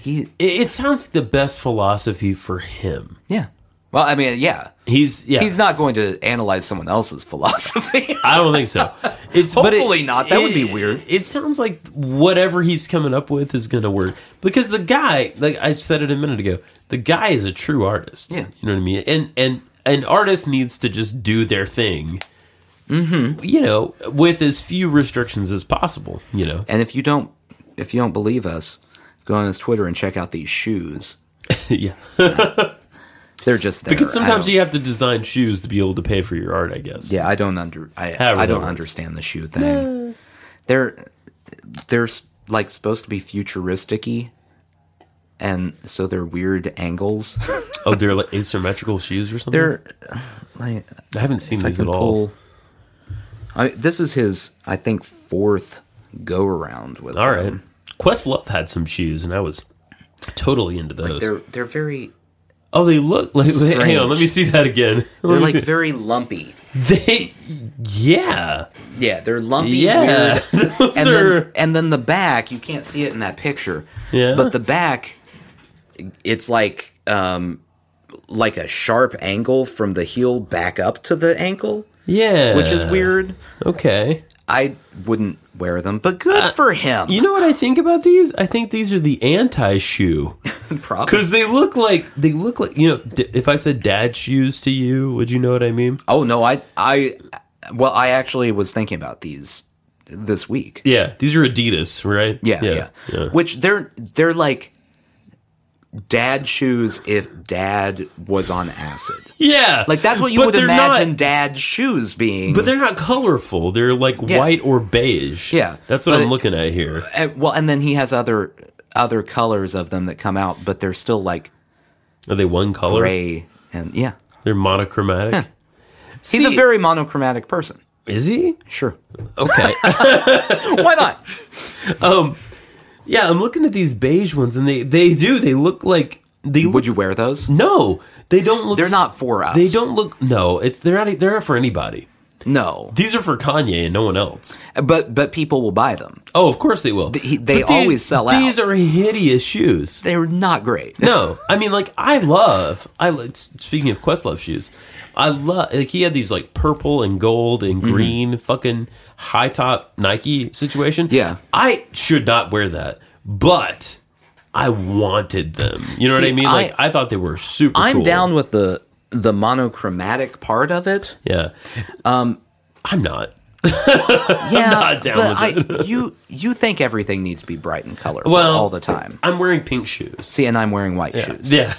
He,
it, it sounds like the best philosophy for him.
yeah. Well, I mean, yeah.
He's yeah.
He's not going to analyze someone else's <laughs> philosophy.
I don't think so. It's but it-
Hopefully not. That would be weird.
It sounds like whatever he's coming up with is going to work because the guy, like I said it a minute ago, the guy is a true artist.
Yeah.
you know what I mean. And and an artist needs to just do their thing. Mm-hmm. You know, with as few restrictions as possible. You
<laughs>
know.
And if you don't, if you don't believe us, go on his Twitter and check out these shoes.
yeah.
They're just there.
Because
I
sometimes
don't-
you have to design shoes to be able to pay for your art, I guess.
yeah, I don't under, I,
However
I don't
that works.
understand the shoe thing. They're they're s- like supposed to be futuristicy, and so they're weird angles.
Oh, they're like asymmetrical shoes or something.
they're like
I haven't seen
I
these
can
at all.
pull. I, this is his, I think, fourth go around with.
All right,
them.
Um, Questlove had some shoes, and I was totally into those.
they're they're very
oh, they look like. <laughs> Hang on,
Strange.
let me see that again. <laughs> Let
they're
me
like
see-
very lumpy.
they, yeah,
Yeah, they're lumpy.
yeah.
weird,
<laughs> Those
and
are
then, and then the back you can't see it in that picture
Yeah.
but the back it's like um like a sharp angle from the heel back up to the ankle
yeah,
which is weird
Okay,
i wouldn't wear them but good for him
Uh, you know what I think about these? I think these are
<laughs>
the anti-shoe
probably
because they look like they look like you know. D- if I said dad shoes to you, would you know what I mean?
oh no i i well i actually was thinking about these this week
Yeah, these are Adidas, right?
Yeah, yeah.
yeah.
Which they're they're like dad shoes if dad was on acid.
Yeah,
Like that's what you
But
would
they're
imagine
Not,
dad's shoes being.
but they're not colorful. They're like
Yeah.
white or beige.
Yeah.
that's what
But-
I'm looking at here.
And- well, and then he has other other colors of them that come out, but they're still like
Are they one color?
gray and yeah.
They're monochromatic.
He's a
See-
very monochromatic person.
is he
Sure.
okay? <laughs>
Why not?
yeah, I'm looking at these beige ones, and they they do they look like They look-
Would you wear those?
No, they don't look.
They're not for us.
They don't look. No, it's they're not. They're not for anybody.
No,
These are for Kanye and no one else.
but but people will buy them.
Oh, of course they will.
he- they
But these-
always sell
These
out.
are hideous shoes.
They're not great.
No, I mean like I love. I lo- s- speaking of Questlove shoes, I love like he had these like purple and gold and
Mm-hmm.
green fucking high top Nike situation.
Yeah.
I should not wear that, but I wanted them. You know what
See,
I mean?
I-
Like I, thought they were super.
I'm
cool.
down with the the monochromatic part of it.
Yeah. Um, I'm not.
Yeah,
not down with
<laughs> I, you you think everything needs to be bright and colorful
Well,
all the time.
I'm wearing pink shoes.
See, and I'm wearing white shoes.
Yeah.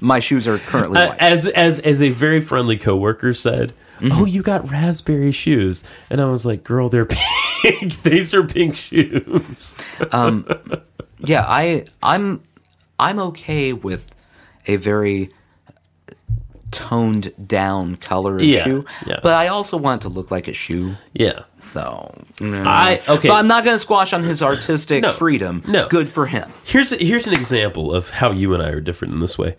My shoes are currently
Uh,
white.
as as as a very friendly coworker said,
Mm-hmm.
"Oh, you got raspberry shoes," and I was like, "Girl, they're <laughs> pink. These are pink shoes."
yeah, I I'm I'm okay with a very toned down color of
Yeah,
shoe,
yeah.
but I also want it to look like a shoe.
Yeah,
So mm.
I Uh, okay.
But I'm not going to squash on his artistic
No,
freedom.
no.
Good for him.
here's here's an example of how you and I are different in this way.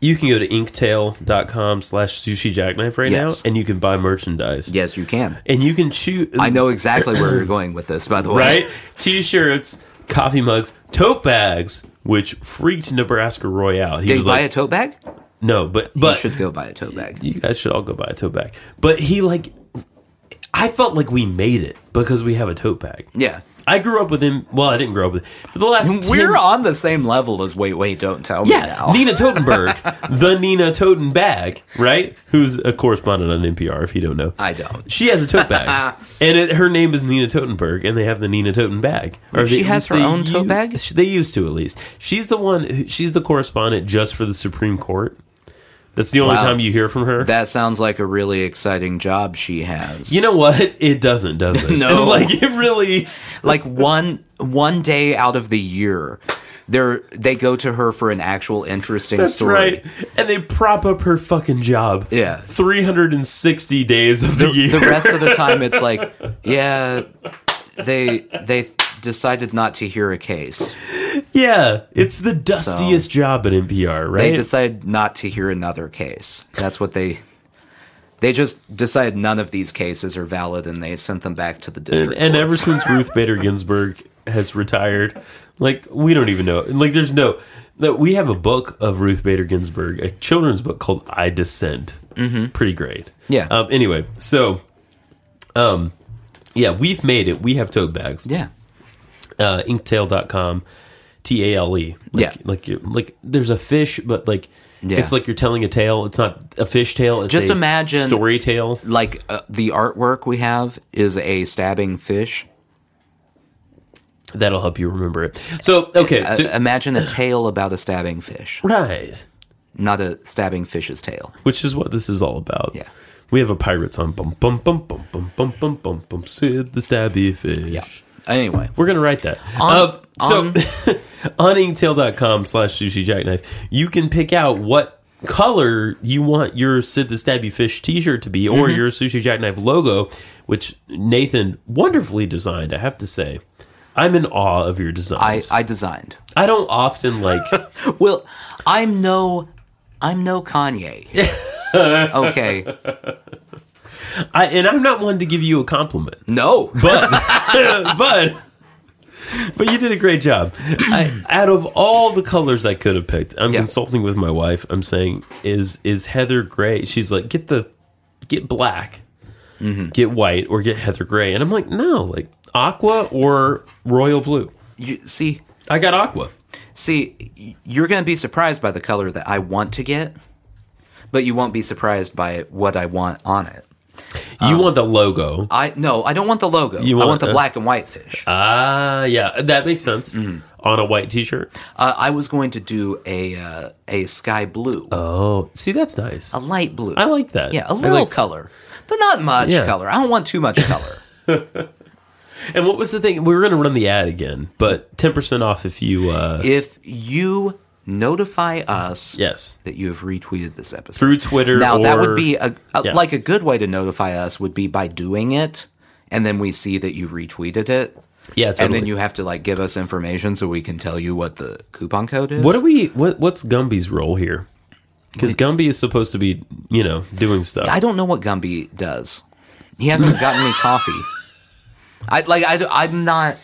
You can go to inktail.com slash sushi jackknife right
Yes.
now, and you can buy merchandise.
Yes, you can.
and you can choose.
I know exactly where you're going with this, by the way.
right? T-shirts, coffee mugs, tote bags, which freaked Nebraska Roy out. He
Did you
was
buy
like,
a tote bag?
"No, but
You
but
should go buy a tote bag.
you guys should all go buy a tote bag. But he like, I felt like we made it because we have a tote bag.
Yeah.
I grew up with him. Well, I didn't grow up with for the last.
<laughs>
10
We're on the same level as Wait, Wait, Don't Tell Me
Yeah,
now. <laughs>
Nina Totenberg, the Nina Toten bag, right? Who's a correspondent on NPR? If you don't know,
I don't.
She has a
<laughs>
tote bag, and it, her name is Nina Totenberg, and they have the Nina Toten bag. Or
She
they- at
has
least
her
they
own tote
u-
bag?
They used to at least. She's the one. who- She's the correspondent just for the Supreme Court. That's the only
Wow.
time you hear from her.
That sounds like a really exciting job she has.
you know what? <laughs> It doesn't, does
<laughs>
it? <laughs>
No.
like it really.
like one one day out of the year, they're, they go to her for an actual interesting
That's
story.
right. And they prop up her fucking job.
Yeah.
three hundred and sixty days of the,
the,
year.
the rest of the time it's like yeah they they decided not to hear a case
<laughs> Yeah, it's the dustiest job at NPR,
they
right?
decided not to hear another case that's what they they just decided none of these cases are valid and they sent them back to the district
and ever
courts.
since Ruth Bader Ginsburg has retired, like we don't even know. Like there's no that we have a book of Ruth Bader Ginsburg, a children's book called I Descend. Mm-hmm. Pretty great.
Yeah.
Um, anyway, so um yeah, we've made it. We have tote bags.
yeah
uh, inktail.com T A L E. Like,
Yeah.
Like, you like there's a fish, but like,
Yeah.
it's like you're telling a tale. It's not a fish tale. It's
Just
a
imagine-
story tale.
like uh, the artwork we have is a stabbing fish
That'll help you remember it. So, okay.
Uh,
so-
imagine a tale about a stabbing fish
right.
not a stabbing fish's tail
Which is what this is all about.
Yeah.
We have a pirate song. Bum, bum, bum, bum, bum, bum, bum, bum, bum. Sid the stabby fish.
yeah anyway
We're going to write that.
On-
<laughs> uh, so, on inktail.com slash sushi jackknife, you can pick out what color you want your Sid the Stabby Fish t shirt to be
Mm-hmm.
or your sushi jackknife logo, which Nathan wonderfully designed, I have to say. I'm in awe of your
I,
designs. I,
I designed
don't often like. <laughs>
Well, I'm no, I'm no
<laughs>
Kanye. okay,
I and I'm not one to give you a compliment.
no,
but <laughs> but but you did a great job. I, out of all the colors I could have picked, I'm
Yeah.
consulting with my wife. I'm saying, is is heather gray? She's like, get the get black,
Mm-hmm.
get white, or get heather gray. And I'm like, no, like aqua or royal blue.
you, see,
I got aqua.
see, y- you're gonna be surprised by the color that I want to get, but you won't be surprised by what I want on it.
You
Oh.
want the logo?
I no, I don't want the logo.
You
I
want
want the
a-
black and white fish. Uh,
Ah, yeah, that makes sense.
Mm-hmm.
On a white T-shirt.
Uh, I was going to do a uh, a sky blue,
Oh, see, that's nice.
a light blue.
I like that.
yeah, a
I
little
like-
color, but not much
Yeah.
color. I don't want too much color.
And what was the thing? We were going to run the ad again, but ten percent off if you. uh
if you notify us
Yes.
that you have retweeted this episode
through Twitter.
Now that
or-
would be a, a-
yeah.
like a good way to notify us would be by doing it, and then we see that you retweeted it.
Yeah,
And
totally.
then you have to like give us information so we can tell you what the coupon code is.
What do we? What what's Gumby's role here? Because Gumby is supposed to be, you know, doing stuff.
I don't know what Gumby does. He hasn't gotten me coffee. I like I am not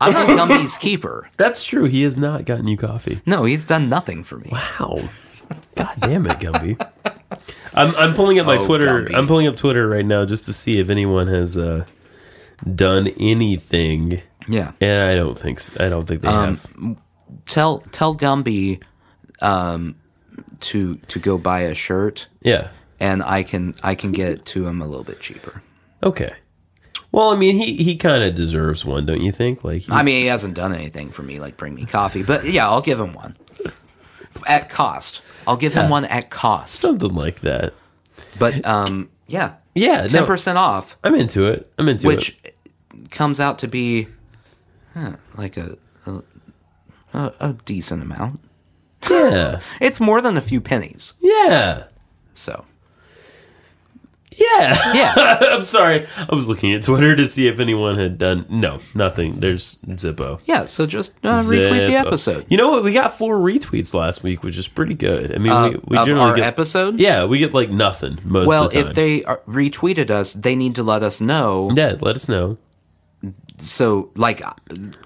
I'm
<laughs>
not Gumby's keeper.
That's true. He has not gotten you coffee.
No, he's done nothing for me.
Wow. God damn it, Gumby. I'm I'm pulling up my
Oh,
Twitter.
Gumby.
I'm pulling up Twitter right now just to see if anyone has uh, done anything.
Yeah.
And I don't think s- I don't think they
Um,
have.
Tell tell Gumby um to to go buy a shirt
Yeah.
and I can I can get it to him a little bit cheaper.
Okay. Well, I mean, he he kind of deserves one, don't you think? Like, he-
I mean, he hasn't done anything for me like bring me coffee, but yeah, I'll give him one. At cost. I'll give him one at cost.
something like that.
But um yeah.
Yeah.
Ten
No,
percent off.
I'm into it. I'm into it.
which comes out to be huh, like a a, a a decent amount.
Yeah.
<laughs> It's more than a few pennies.
Yeah.
So
Yeah. <laughs>
yeah,
I'm sorry. I was looking at Twitter to see if anyone had done. No, nothing. There's Zippo.
yeah. So just uh, retweet the
Zippo.
episode.
You know what? We got four retweets last week, which is pretty good. I mean, we, we
of
generally
our
get
episode.
yeah, we get like nothing most
Well,
of the time.
if they are, retweeted us, they need to let us know.
yeah, let us know.
So, like,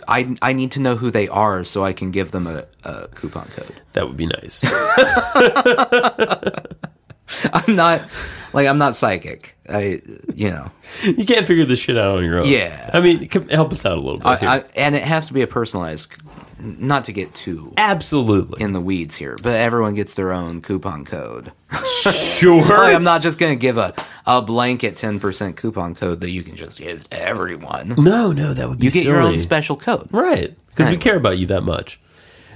I I need to know who they are so I can give them a, a coupon code. <laughs>
That would be nice.
I'm not like I'm not psychic. I you know
you can't figure this shit out on your own.
Yeah.
I mean, come, help us out a little bit. here.
I, I, and it has to be a personalized. Not to get too
Absolutely.
in the weeds here, but everyone gets their own coupon code. <laughs>
sure.
Like, I'm not just going to give a, a blanket 10% coupon code that you can just give to everyone.
no, no, that would be
You get your own
silly.
special code.
Right. Because we
Anyway.
care about you that much.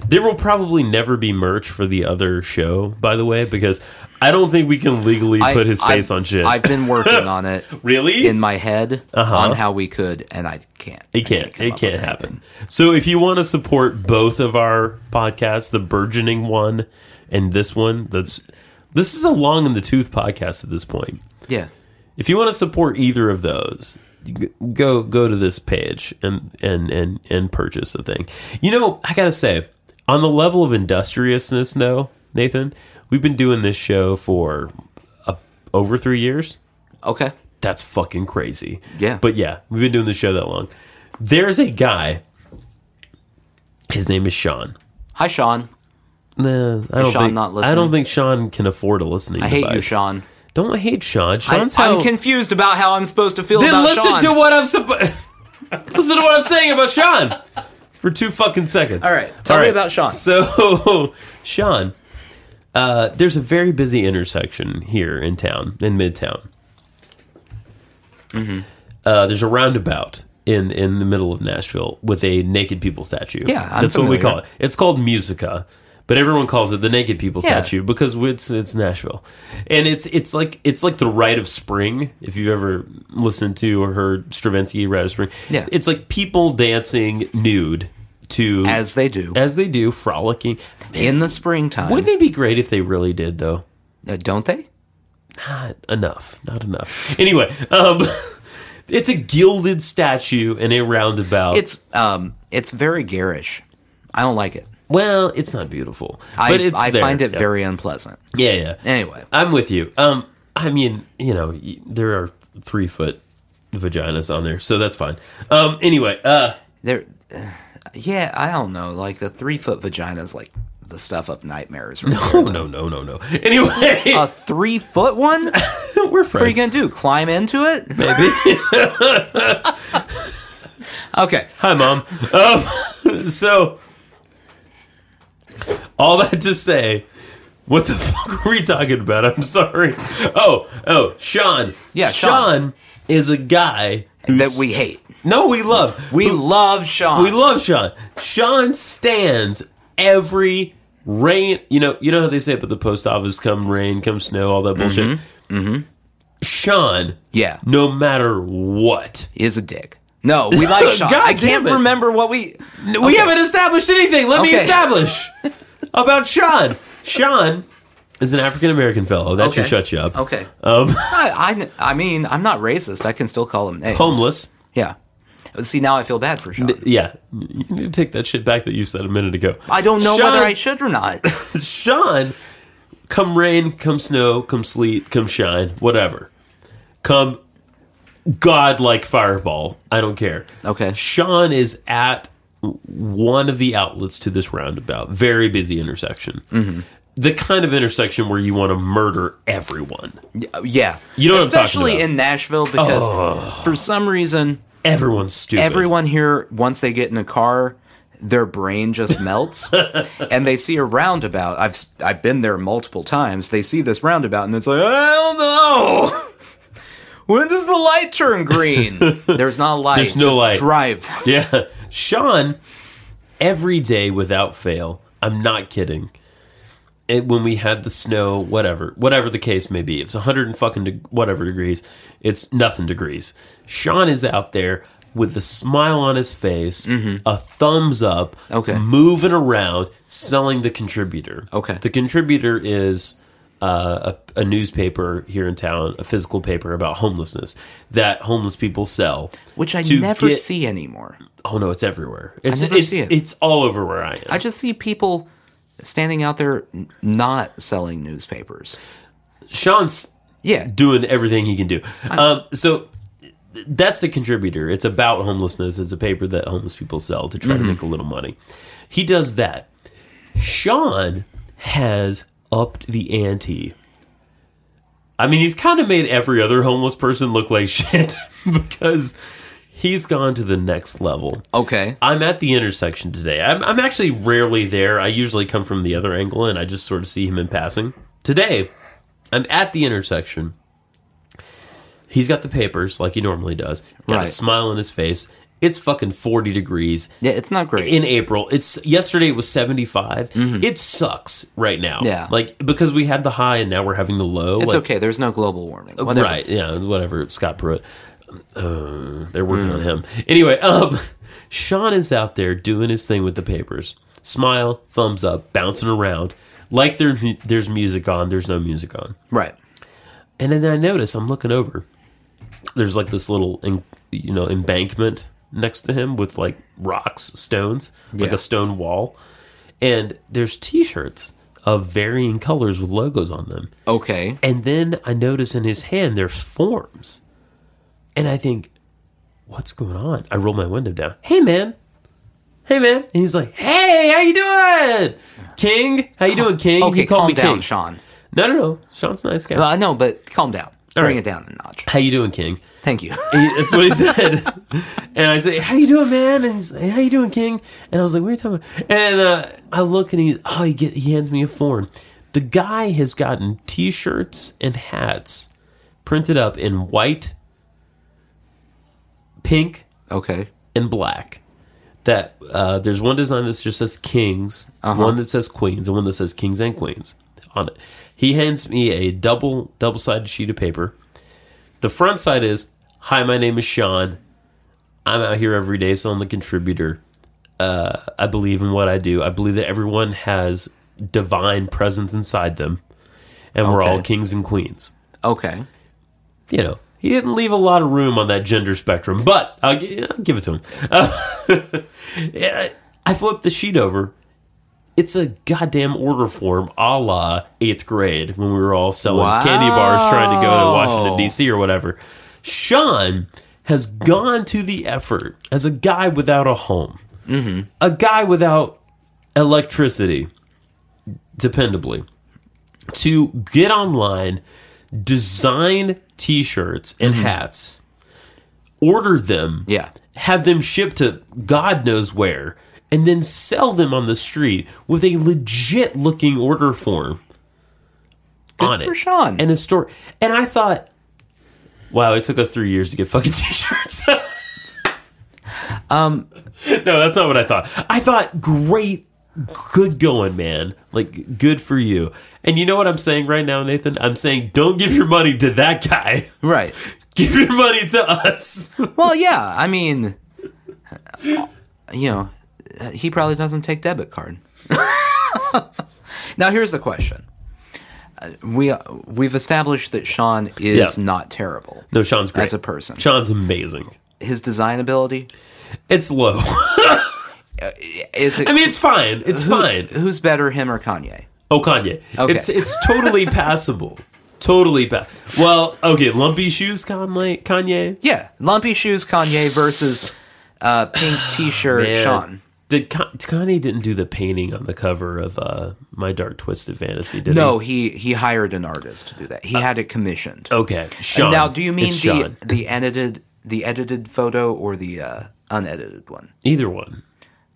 There will probably never be merch for the other show, by the way, because I don't think we can legally
I-
put his
I've-
face on shit.
I've been working on it
<laughs> really? Uh-huh.
in my head on how we could, and I can't.
it
I
can't.
come
It
up
can't
with
happen. So if you want to support both of our podcasts, the burgeoning one and this one, that's this is a long in the tooth podcast at this point.
anything. Yeah.
If you want to support either of those, g- go go to this page and and and and purchase the thing. You know, I gotta say, on the level of industriousness, though, Nathan, we've been doing this show for uh, over three years.
Okay.
That's fucking crazy.
Yeah.
but yeah, we've been doing this show that long. There's a guy. His name is Sean.
Hi, Sean.
Nah, I don't
Sean
think
not
I don't
listening?
think Sean can afford a listening.
I hate you,
device.
Sean.
Don't hate Sean.
I,
Sean's how
I'm confused about how I'm supposed to feel
then
about
listen
Sean.
to what I'm supposed. <laughs> listen to what I'm saying about Sean for two fucking seconds.
All right, tell me about Sean.
So, <laughs> Sean, uh, there's a very busy intersection here in town, in Midtown.
Mm-hmm.
Uh, there's a roundabout in in the middle of Nashville with a naked people statue.
Yeah, I'm
that's what we
familiar.
call it. It's called Musica. But everyone calls it the Naked People
Yeah.
statue because it's it's Nashville, and it's it's like it's like the Rite of Spring. If you've ever listened to or heard Stravinsky Rite of Spring,
Yeah.
it's like people dancing nude to
As they do
as they do frolicking.
in the springtime.
Wouldn't it be great if they really did though?
Uh, don't they?
not enough not enough anyway um <laughs> it's a gilded statue in a roundabout
It's um, it's very garish. I don't like it.
well it's not beautiful
I,
but it's
I
there.
find it
Yeah.
very Eh, unpleasant.
yeah yeah
Anyway,
i'm with you um i mean you know y- there are three foot vaginas on there so that's fine um anyway
<laughs>
uh
there. <sighs> Yeah, I don't know. Like the three foot vagina is like the stuff of nightmares. Right
oh no no no no anyway
there. A three foot one? Uh, What
<laughs> we're
are you
friends
gonna do? Climb into it?
baby
<laughs> Okay. <laughs>
Hi, mom. Um, <laughs> so, all that to say, what the <laughs> fuck were we talking about? I'm sorry. Oh, oh, Sean.
Yeah, Sean.
Sean, is a guy who's-
That we hate.
no, we love.
We love Sean.
We love Sean. Sean stands every rain. You know, you know how they say it, but the post office come rain, come snow, all that bullshit. Mm-hmm. Sean,
yeah,
no matter what,
he is a dick.
<laughs>
No, we like Sean.
God
I can't
damn it.
remember what we.
We
Okay.
haven't established anything. Let me
Okay. <laughs>
establish about Sean. Sean is an African American fellow. That should
Okay.
shut you
<laughs>
up.
Okay.
Um,
I, I I mean I'm not racist. I can still call him names.
homeless.
Yeah. See, now I feel bad for Sean.
Yeah, you need to take that shit back that you said a minute ago.
I don't know
Sean,
whether I should or
<laughs>
not.
Sean, come rain, come snow, come sleet, come shine, whatever. Come God like fireball. I don't care.
okay.
Sean is at one of the outlets to this roundabout. Very busy intersection.
Mm-hmm.
The kind of intersection where you want to murder everyone.
Uh, Yeah.
You know what I'm talking
Especially
about. Oh.
in Nashville because for some reason,
Everyone's stupid.
everyone here, once they get in a car, their brain
<laughs>
just melts and they see a roundabout. I've I've been there multiple times. They see this roundabout and it's like, I don't know. When does the light turn
<laughs>
green? There's not a light.
There's no
just
light.
Drive.
<laughs> Yeah. Sean, every day without fail, I'm not kidding. It, when we had the snow, whatever, whatever the case may be, it's 100 and fucking de- whatever degrees, it's nothing degrees. Sean is out there with a smile on his face, a thumbs up,
Mm-hmm. Okay.
moving around, selling the contributor.
Okay.
The contributor is uh, a, a newspaper here in town, a physical paper about homelessness that homeless people sell.
Which I
to
never
get-
see anymore.
Oh no, it's everywhere. It's
never
it's
see it.
it's all over where I am.
I just see people standing out there n- not selling newspapers.
Sean's
Yeah.
doing everything he can do. Um, so th- that's the contributor. It's about homelessness. It's a paper that homeless people sell to
Mm-hmm.
try to make a little money. He does that. Sean has upped the ante. I mean, he's kind of made every other homeless person look like <laughs> shit because he's gone to the next level.
Okay.
I'm at the intersection today. I'm, I'm actually rarely there. I usually come from the other angle and I just sort of see him in passing. Today, I'm at the intersection. He's got the papers like he normally does. Got
Right.
a smile on his face. It's fucking 40 degrees
Yeah, it's not great.
in April. It's yesterday it was 75. It sucks right now.
Mm-hmm. Yeah.
Like because we had the high and now we're having the low.
It's
like,
okay. There's no global warming. Whatever.
Uh, Right. Yeah. Whatever. Scott Pruitt. Uh, they're working
Mm.
on him. Anyway, um, <laughs> Sean is out there doing his thing with the papers. Smile, thumbs up, bouncing around. Like there, there's music on. There's no music on.
Right.
And then I notice I'm looking over. There's like this little, en- you know, embankment next to him with like rocks, stones, like
Yeah.
a stone wall. And there's T-shirts of varying colors with logos on them.
Okay.
And then I notice in his hand there's forms. And I think, what's going on? I roll my window down. Hey man. Hey man. And he's like, Hey, how you doing? King? How you doing, King?
Okay,
he called
calm
me
down,
King.
Sean.
No, no, no. Sean's a nice guy.
Well, I know, but calm down. Bring
right.
it down a notch.
how you doing, King?
Thank
<laughs>
you.
He- That's what he said. and I say, "How you doing, man?" And he's like, "How you doing, King?" And I was like, "What are you talking about?" And uh, I look, and he oh, he, get, he hands me a form. The guy has gotten T-shirts and hats printed up in white, pink,
Okay.
and black. That uh, there's one design that just says Kings, one that says Queens, and one that says Kings and Queens on it. He hands me a double double sided sheet of paper. The front side is Hi, my name is Sean. I'm out here every day selling the contributor. Uh, I believe in what I do. I believe that everyone has divine presence inside them, and we're all
Okay.
kings and queens
Okay.
you know, he didn't leave a lot of room on that gender spectrum, but I'll, gi- I'll give it to him. <laughs> Uh, yeah, I flipped the sheet over. It's a goddamn order form a la eighth grade when we were all selling
Wow.
candy bars trying to go to Washington, D.C. or whatever. Sean has gone to the effort as a guy without a home, a guy without electricity, dependably, to get online design t-shirts and hats order them
Yeah.
have them shipped to god knows where and then sell them on the street with a legit looking order form on
Good for
it
Sean.
and a store and i thought wow it took us three years to get fucking <laughs> t-shirts um
Um,
no that's not what i thought i thought great good going, man. Like, good for you. And you know what I'm saying right now, Nathan? I'm saying don't give your money to that guy. <laughs>
right.
give your money to us.
Well, yeah. I mean, uh, you know, uh, he probably doesn't take debit card. <laughs> now, here's the question. Uh, We uh, we've established that Sean is
Yeah.
not terrible
no, Sean's great.
as a person.
Sean's amazing.
his design ability?
It's low. <laughs> I
Is it?
mean, it's fine. It's fine.
who's better, him or Kanye?
Oh, Kanye.
Uh-huh. Okay.
It's it's
<laughs>
totally passable. Totally pass. Well, okay. Lumpy shoes, Conley, Kanye.
Yeah, lumpy shoes, Kanye versus uh, pink T-shirt,
Man.
Sean.
Did Ka- Kanye didn't do the painting on the cover of uh, My Dark Twisted Fantasy? Did
No,
He?
he he hired an artist to do that. He had it commissioned.
Okay. Sean.
now, do you mean
It's
the
Sean.
the edited the edited photo or the uh, unedited one?
either one?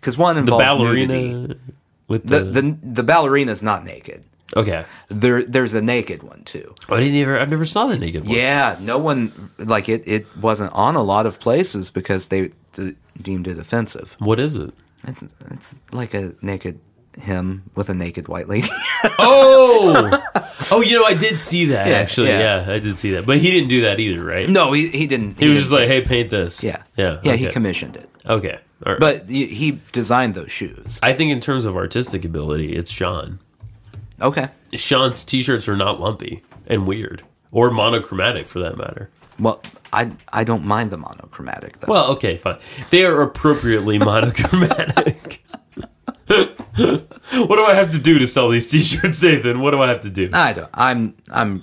Because one
The
involves
ballerina
nudity.
with
The
the,
the the ballerina's not naked.
okay.
There there's a naked one too.
I didn't ever. I never saw the naked one.
Yeah, no one like it. It wasn't on a lot of places because they d- deemed it offensive.
What is it?
It's it's like a naked him with a naked white lady. <laughs>
Oh, oh, you know, I did see that
Yeah,
actually.
yeah.
Yeah. I did see that, but he didn't do that either, right?
no, he he didn't.
he
didn't
was just like, "Hey, paint this."
Yeah.
yeah,
Yeah, he
okay.
commissioned it.
Okay, all right.
But y- he designed those shoes.
I think in terms of artistic ability, it's Sean.
Okay.
Sean's t-shirts are not lumpy and weird or monochromatic for that matter.
Well, I I don't mind the monochromatic though.
Well, okay, fine. They are
<laughs>
appropriately monochromatic. <laughs> what do I have to do to sell these t-shirts, Nathan? What do I have to do?
I don't. I'm
<laughs>
I'm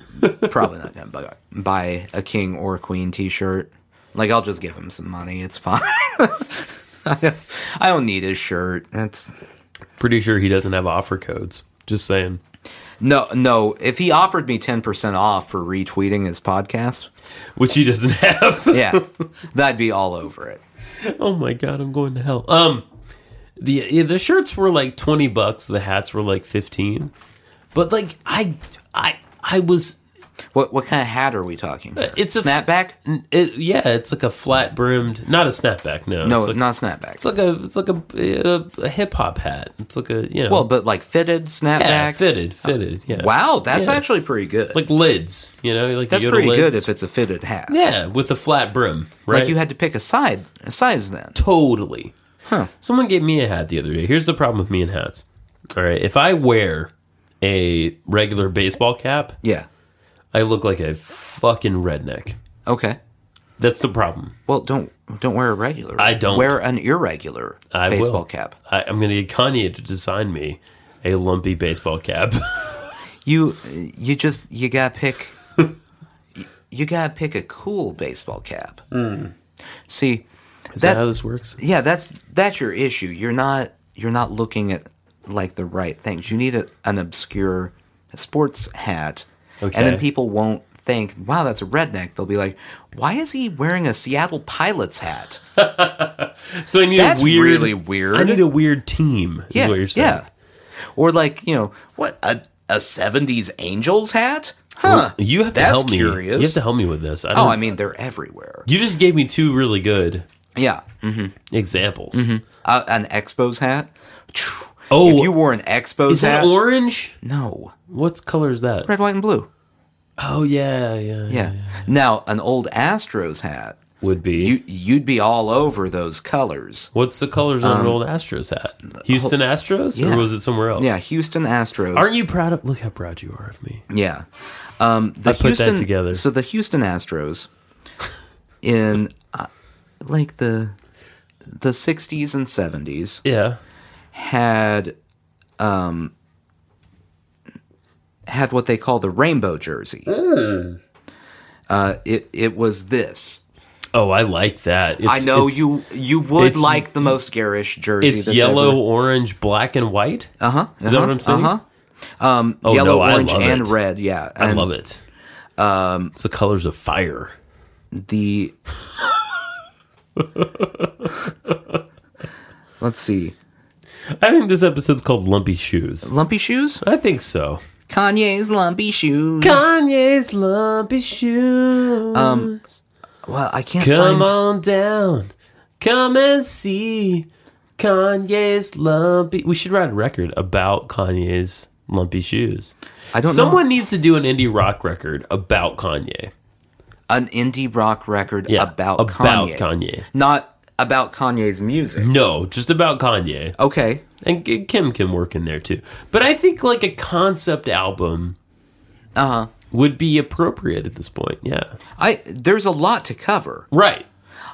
probably not gonna buy, buy a king or queen T-shirt. Like I'll just give him some money. It's fine. <laughs> I don't- I don't need his shirt. That's
Pretty sure he doesn't have offer codes. Just saying.
no no. If he offered me ten percent off for retweeting his podcast,
Which he doesn't have. <laughs>
yeah, that'd be all over it.
oh my god, I'm going to hell. Um, the yeah, the shirts were like twenty bucks. The hats were like fifteen. But like I I I was
What what kind of hat are we talking? Here?
Uh, it's a-
snapback.
it, yeah. It's like a flat brimmed, not a snapback. No,
no,
it's like,
not snapback.
It's like a it's like a, a, a hip hop hat. It's like a you know
well, but like fitted snapback.
yeah, fitted fitted yeah.
Wow, that's
Yeah.
actually pretty good.
like lids. You know, like
that's
you go to
pretty
lids.
good if it's a fitted hat.
yeah with a flat brim. Right,
Like you had to pick a side a size then.
totally.
Huh.
Someone gave me a hat the other day. Here's the problem with me and hats. All right, if I wear a regular baseball cap,
Yeah.
I look like a fucking redneck.
Okay.
That's the problem.
Well, don't don't wear a regular.
I don't.
wear an irregular
I will.
baseball cap.
I, I'm gonna get Kanye to design me a lumpy baseball cap. <laughs>
You you just you gotta pick. you- you gotta pick a cool baseball cap. See,
Hmm. Is
That-
that how this works?
yeah, that's that's your issue. You're not you're not looking at like the right things. You need a, an obscure sports hat, and then
Okay.
people won't think, "Wow, that's a redneck." They'll be like, "Why is he wearing a Seattle Pilots hat?"
So I need
That's
a weird,
really weird.
I need a weird team. Is what you're saying.
Yeah. Or like, you know, what a a seventies Angels hat? Huh.
You have to
That's
help me.
curious.
You have to help me with this. I don't,
Oh, I mean, they're everywhere.
you just gave me two really good
Yeah. Mm.
examples.
Uh, an Expos hat. Phew.
Oh,
if you wore an Expos
is that
hat,
orange?
no,
What color is that?
red, white, and blue.
Oh yeah, yeah,
Yeah. Now, an old Astros hat,
Would be.
you you'd be all over those colors.
What's the colors on an old Astros hat? Houston Astros,
um, oh, yeah.
or was it somewhere else?
Yeah, Mm. Houston Astros.
Aren't you proud of? Look how proud you are of me.
Yeah. Um, the
I put that
Houston,
together.
So the Houston Astros in uh, like the the 60s and 70s
Yeah.
had um had what they call the rainbow jersey.
Ah.
Uh, it it was this.
Oh, I like that. It's,
I know
it's-
you you would
it's-
like the most garish jersey.
It's
that's
yellow,
ever-
orange, black, and white.
Uh-huh,
Is that what
uh-huh,
I'm saying?
Uh-huh.
Oh
yellow,
no,
orange,
I love
and
it.
red. Yeah,
I
and
love it. Um, it's the colors of fire.
the <laughs> let's see
I think this episode's called Lumpy Shoes.
lumpy shoes
I think so.
kanye's lumpy shoes
Kanye's Lumpy Shoes. Um,
well i can't
Come
find
on down. Come and see Kanye's lumpy. We should write a record about Kanye's lumpy shoes.
i don't
Someone
know
needs to do an indie rock record about Kanye.
an indie rock record
Yeah,
about,
about
kanye. Mm-hmm.
Kanye.
not about kanye's music
No, just about Kanye.
okay
And G- Kim can work in there too. But I think like a concept album
uh-huh
would be appropriate at this point. Yeah.
i there's a lot to cover
Right.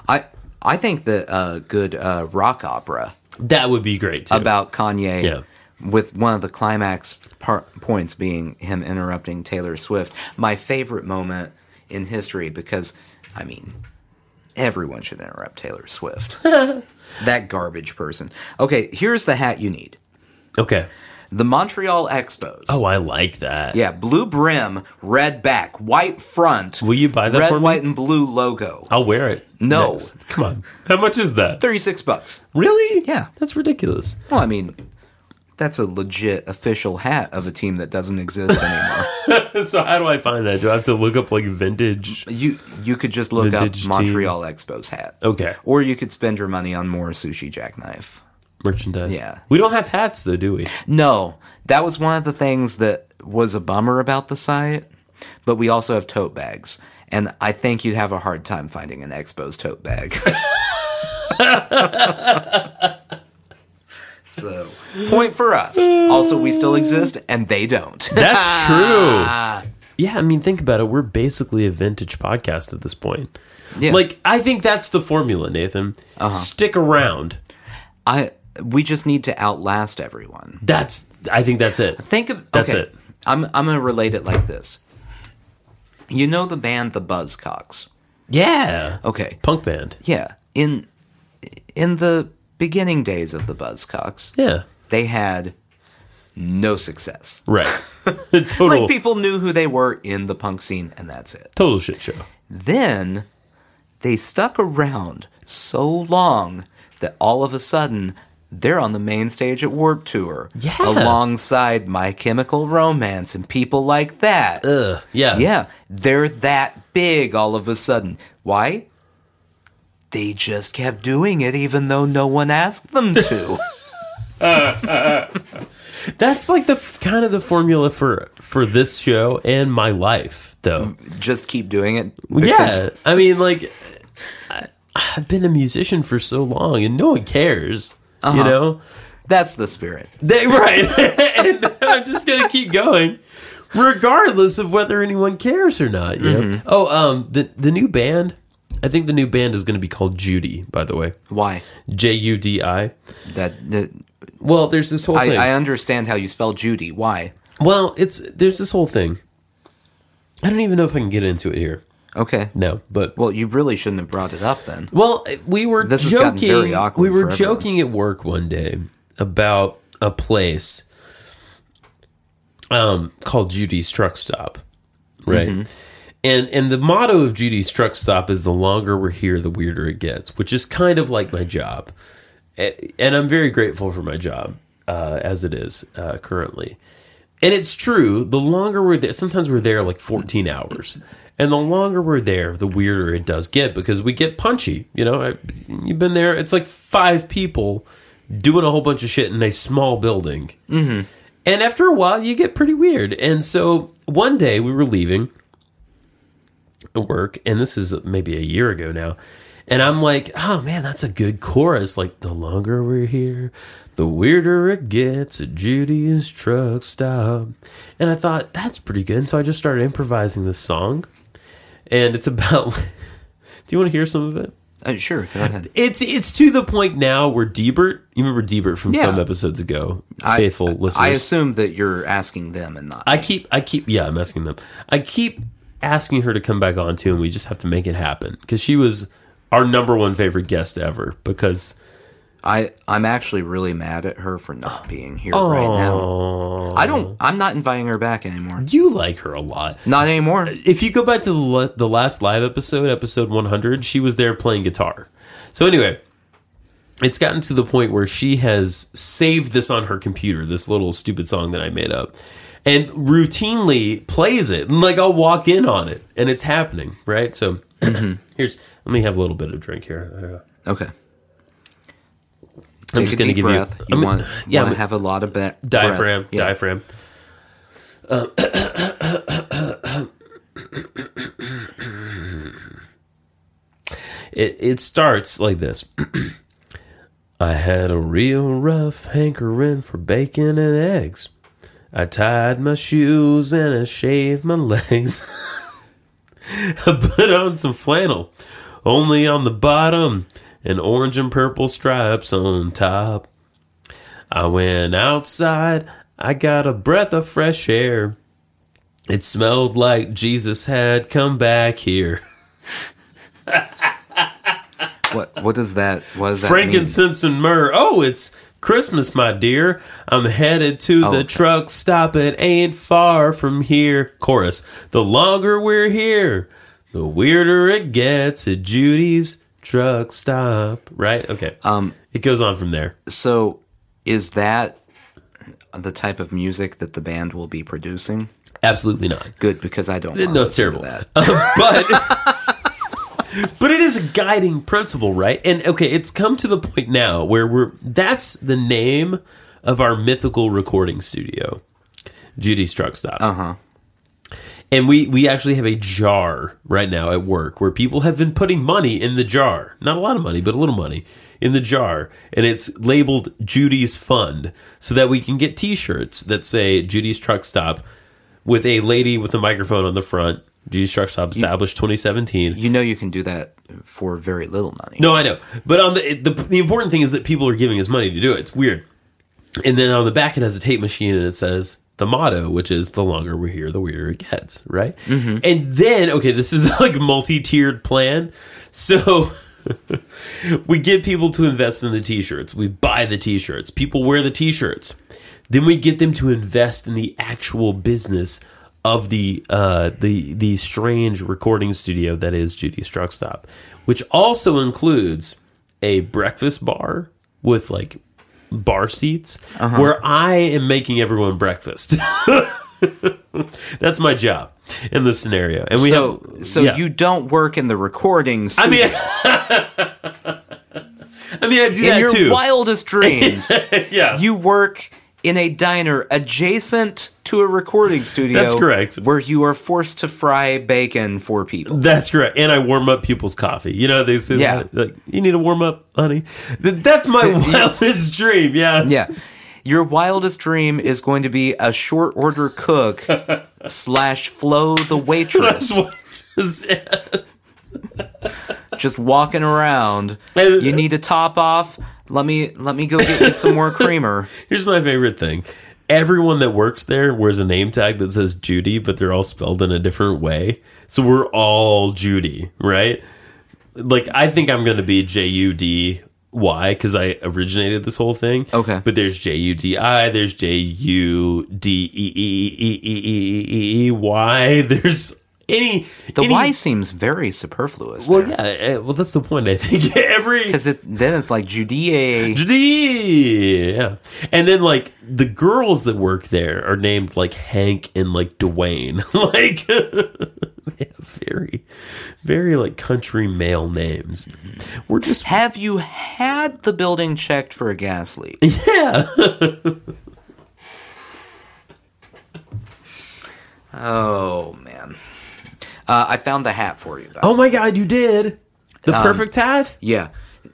I I think that a good uh, rock opera
That would be great too.
about Kanye
Yeah.
with one of the climax par points being him interrupting Taylor Swift. My favorite moment in history because I mean everyone should interrupt Taylor
<laughs>
Swift. that garbage person. Okay, here's the hat you need.
okay.
The Montreal Expos.
Oh, I like that.
Yeah, blue brim, red back, white front.
Will you buy that
red,
for me? Oh.
white, and blue logo?
I'll wear it.
No.
next. Come on. How much is that?
Thirty-six bucks.
Really?
Yeah.
That's ridiculous. <laughs>
Well, I mean, that's a legit official hat of a team that doesn't exist anymore.
so how do I find that? Do I have to look up like vintage?
you you could just look up
Vintage team.
Montreal Expos hat,
Okay.
or you could spend your money on more sushi jackknife.
Merchandise.
Yeah.
We don't have hats though, do we?
No, that was one of the things that was a bummer about the site. But we also have tote bags, and I think you'd have a hard time finding an Expos tote bag. <laughs> so, point for us. Also, we still exist, and they don't.
That's
Ah.
true. Yeah, I mean, think about it. We're basically a vintage podcast at this point.
<laughs> Yeah. Uh-huh.
Like, I think that's the formula, Nathan. Stick around.
I we just need to outlast everyone.
That's. I think that's it.
Think of
That's
okay,
it.
I'm I'm gonna relate it like this. You know the band the Buzzcocks.
Yeah.
Okay.
Punk band.
Yeah. In in the beginning days of the Buzzcocks,
Yeah.
they had no success. <laughs>
Right. <laughs> total.
Like people knew who they were in the punk scene and that's it.
total shit show.
Then they stuck around so long that all of a sudden they're on the main stage at Warp Tour.
Yeah.
Alongside My Chemical Romance and people like that.
Ugh. Yeah.
Yeah, they're that big all of a sudden. Why? They just kept doing it even though no one asked
<laughs>
them to.
That's like the f- kind of the formula for for this show and my life, though.
just keep doing it.
yeah,
because-
I mean, like I, I've been a musician for so long, and no one cares.
Uh-huh.
You know,
That's the spirit.
they, <laughs> right? and I'm just gonna keep going, regardless of whether anyone cares or not. You know?
Mm-hmm.
Oh, um, the the new band. I think the new band is gonna be called Judy. By the way,
Why?
J U D I.
That, that-
Well, there's this whole
I,
thing.
I understand how you spell Judy. Why?
well, it's there's this whole thing. I don't even know if I can get into it here.
Okay.
No, but
Well, you really shouldn't have brought it up then.
Well, we were
This has
joking.
gotten very awkward
we were
for everyone.
joking at work one day about a place um, called Judy's Truck Stop, right?
Mm-hmm.
And and the motto of Judy's Truck Stop is the longer we're here, the weirder it gets, which is kind of like my job, A- and I'm very grateful for my job uh, as it is uh, currently. And it's true. The longer we're there, sometimes we're there like 14 hours. And the longer we're there, the weirder it does get because we get punchy. You know, I, you've been there, it's like five people doing a whole bunch of shit in a small building. Mm-hmm. And after a while, you get pretty weird. And so one day we were leaving work, and this is maybe a year ago now. And I'm like, oh man, that's a good chorus. Like, the longer we're here, the weirder it gets at Judy's truck stop. And I thought, that's pretty good. And so I just started improvising this song. And it's <laughs> about. do you want to hear some of it?
Uh, sure, go ahead.
It's it's to the point now where Debert, you remember Debert from
Yeah.
some episodes ago,
I-
faithful listeners.
I assume that you're asking them and not.
I keep, I keep, yeah, I'm asking them. I keep asking her to come back on too, and we just have to make it happen because she was our number one favorite guest ever. Because
I I'm actually really mad at her for not being here right now.
oh,
I don't. I'm not inviting her back anymore.
you like her a lot.
Not anymore.
If you go back to the, le- the last live episode, episode 100, she was there playing guitar. So anyway, it's gotten to the point where she has saved this on her computer, this little stupid song that I made up, and routinely plays it. And like I'll walk in on it, and it's happening, right? So <clears throat> here's let me have a little bit of drink here. Uh,
Okay.
I'm
Take
just
a
gonna
deep
give you.
breath. You
I'm-
want,
yeah,
want
I'm-
to have a lot of ba-
diaphragm,
breath. Yeah.
diaphragm. Uh, <coughs> it, it starts like this. <coughs> I had a real rough hankering for bacon and eggs. I tied my shoes and <laughs> I shaved my legs. I put on some flannel. only on the bottom and orange and purple stripes on top. I went outside, I got a breath of fresh air. It smelled like Jesus had come back here.
What what does that what does that
Frankincense and myrrh. Oh, it's Christmas, my dear. I'm headed to the
okay.
truck stop. It ain't far from here. Chorus. The longer we're here, the weirder it gets at Judy's truck stop. Right? Okay. Um, it goes on from there.
mean? So is that the type of music that the band will be producing?
Absolutely not.
Good because I don't. wanna
No, it's
listen to
terrible.
That.
<laughs> Uh, but but it is a guiding principle, right? And okay, it's come to the point now where we're that's the name of our mythical recording studio, Judy's Truck Stop. Uh huh. And we we actually have a jar right now at work where people have been putting money in the jar, not a lot of money, but a little money in the jar, and it's labeled Judy's Fund, so that we can get T-shirts that say Judy's Truck Stop with a lady with a microphone on the front. Judy's Truck Stop established 2017.
You know you can do that for very little money.
No, I know, but on the, the the important thing is that people are giving us money to do it. It's weird. And then on the back, it has a tape machine, and it says the motto, which is "the longer we're here, the weirder it gets." Right? And then, okay, this is <laughs> like multi-tiered plan. So <laughs> we get people to invest in the t-shirts. We buy the t-shirts. People wear the t-shirts. Then we get them to invest in the actual business of the uh, the the strange recording studio that is Judy's Truck Stop, which also includes a breakfast bar with like bar seats
Uh-huh.
where I am making everyone breakfast. <laughs> That's my job in this scenario, and we
so
have
so
yeah.
you don't work in the recording studio.
I mean, <laughs> I mean, I do
in
that
your
too. <laughs>
wildest dreams,
yeah,
you work in a diner adjacent to a recording studio.
That's correct.
Where you are forced to fry bacon for people.
That's correct. And I warm up people's coffee. You know, they say,
Yeah.
like, you need to warm up, honey. Th- That's my wildest <laughs> dream. Yeah.
Yeah. Your wildest dream is going to be a short order
<laughs>
cook slash flow the
That's
waitress
what
just walking around.
And-
You need to top off. Let me let me go get you some more creamer.
Here's my favorite thing. Everyone that works there wears a name tag that says Judy, but they're all spelled in a different way. So we're all Judy, right? Like I think I'm going to be J U D Y because I originated this whole thing.
Okay.
but there's J U D I, there's J U D E E E E E E E E Y. There's any
The
any,
Y seems very superfluous.
Well, yeah. eh, Well, that's the point. I think <laughs> every
Because it, then it's like Judea.
Judy. Yeah. And then like the girls that work there are named like Hank and like Dwayne. <laughs> like they have very very like country male names. We're just
Have you had the building checked for a gas leak?
yeah. <laughs>
Oh man, uh, I found the hat for you. Though.
oh my god, you did. The
Um,
perfect hat?
Yeah,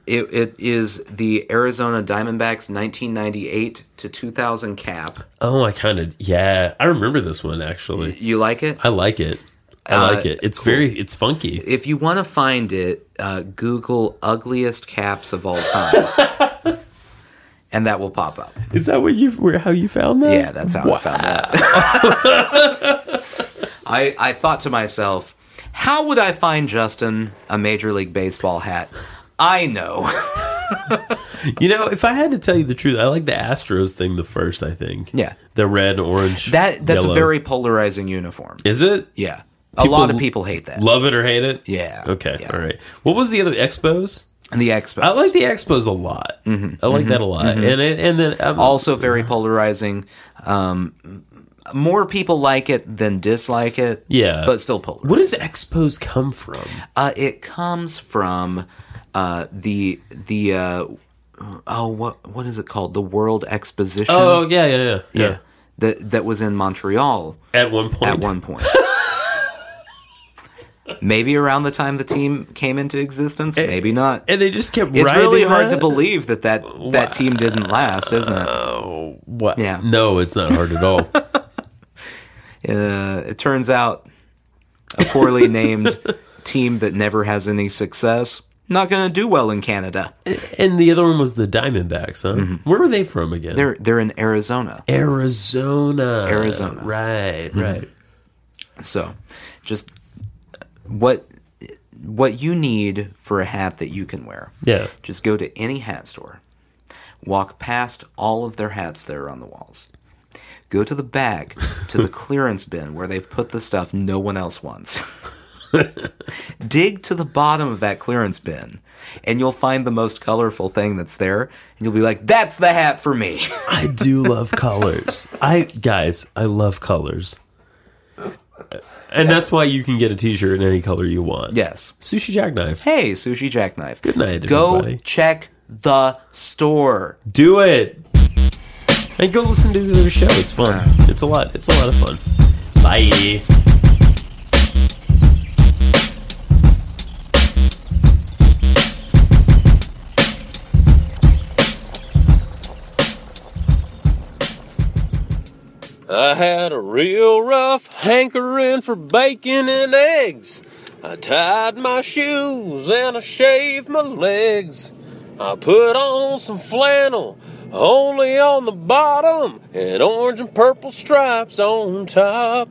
it, it is the Arizona Diamondbacks 1998 to 2000 cap.
Oh, I kind of yeah. I remember this one actually.
You like it?
I like it. I
Uh,
like it. It's very it's funky.
If you want to find it, uh, Google ugliest caps of all time,
<laughs>
and that will pop up.
Is that what you where how you found that?
Yeah, that's how I found that. <laughs> I I thought to myself, how would I find Justin a Major League Baseball hat? I know. <laughs>
You know, if I had to tell you the truth, I like the Astros thing the first, I think.
Yeah.
The red, orange.
That that's
yellow.
a very polarizing uniform.
Is it?
Yeah. A lot of people hate that.
Love it or hate it?
Yeah.
Okay.
Yeah.
All right. What was the other Expos?
And the Expos.
I like the Expos a lot. I like that a lot. And it, and then um,
Mm-hmm. also very polarizing. Um, more people like it than dislike it.
Yeah.
But still polarizing.
what does Expos come from?
Uh, it comes from uh, the the uh, oh what what is it called? The World Exposition.
Oh yeah, yeah, yeah, yeah.
That that was in Montreal
At one point.
at one point. maybe around the time the team came into existence, maybe not.
<laughs> And they just kept.
It's
riding
really hard
that?
to believe that that, that team didn't last, isn't it?
What?
Yeah.
No, it's not hard at
<laughs>
all.
Uh, it turns out a poorly named team that never has any success, not going to do well in Canada.
And the other one was the Diamondbacks, huh? Where were they from again?
Mm-hmm. They're they're in Arizona.
Arizona.
Arizona. Mm-hmm.
Right, right.
So, just uh, what what you need for a hat that you can wear.
Yeah.
Just go to any hat store. Walk past all of their hats that are on the walls. Go to the back to
<laughs>
the clearance bin where they've put the stuff no one else wants. <laughs> Dig to the bottom of that clearance bin and you'll find the most colorful thing that's there and you'll be like that's the hat for me. <laughs>
I do love colors. I guys, I love colors. And that's why you can get a t-shirt in any color you want.
yes.
Sushi Jackknife.
Hey, Sushi Jackknife.
Good night,
Go
everybody.
check the store.
Do it. And go listen to their show. It's fun. It's a lot. It's a lot of fun. Bye. I had a real rough hankering for bacon and eggs. I tied my shoes and I shaved my legs. I put on some flannel, only on the bottom, and orange and purple stripes on top.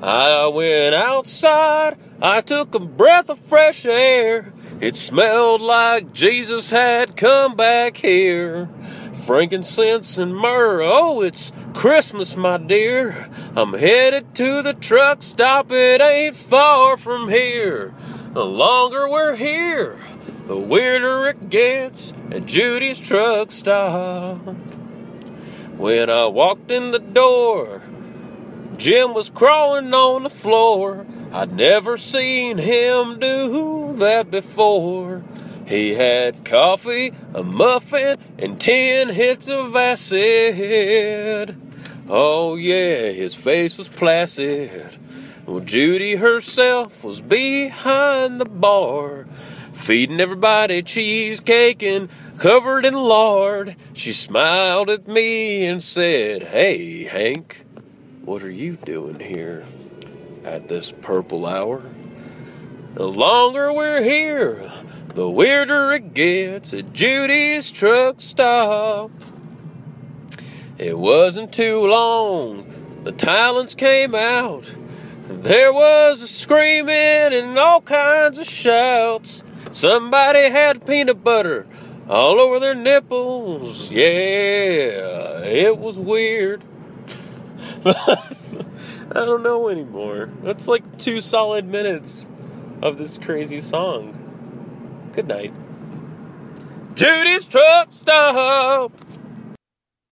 I went outside, I took a breath of fresh air. It smelled like Jesus had come back here. Frankincense and myrrh, oh, it's Christmas, my dear. I'm headed to the truck stop, it ain't far from here. The longer we're here, the weirder it gets at Judy's truck stop. When I walked in the door, Jim was crawling on the floor. I'd never seen him do that before. He had coffee, a muffin, and ten hits of acid. Oh, yeah, his face was placid. Well, Judy herself was behind the bar, feeding everybody cheesecake and covered in lard. She smiled at me and said, Hey, Hank. What are you doing here at this purple hour? The longer we're here, the weirder it gets at Judy's truck stop. It wasn't too long, the Talons came out. There was a screaming and all kinds of shouts. Somebody had peanut butter all over their nipples. Yeah, it was weird. I don't know anymore. That's like two solid minutes of this crazy song. Good night. Judy's truck stop.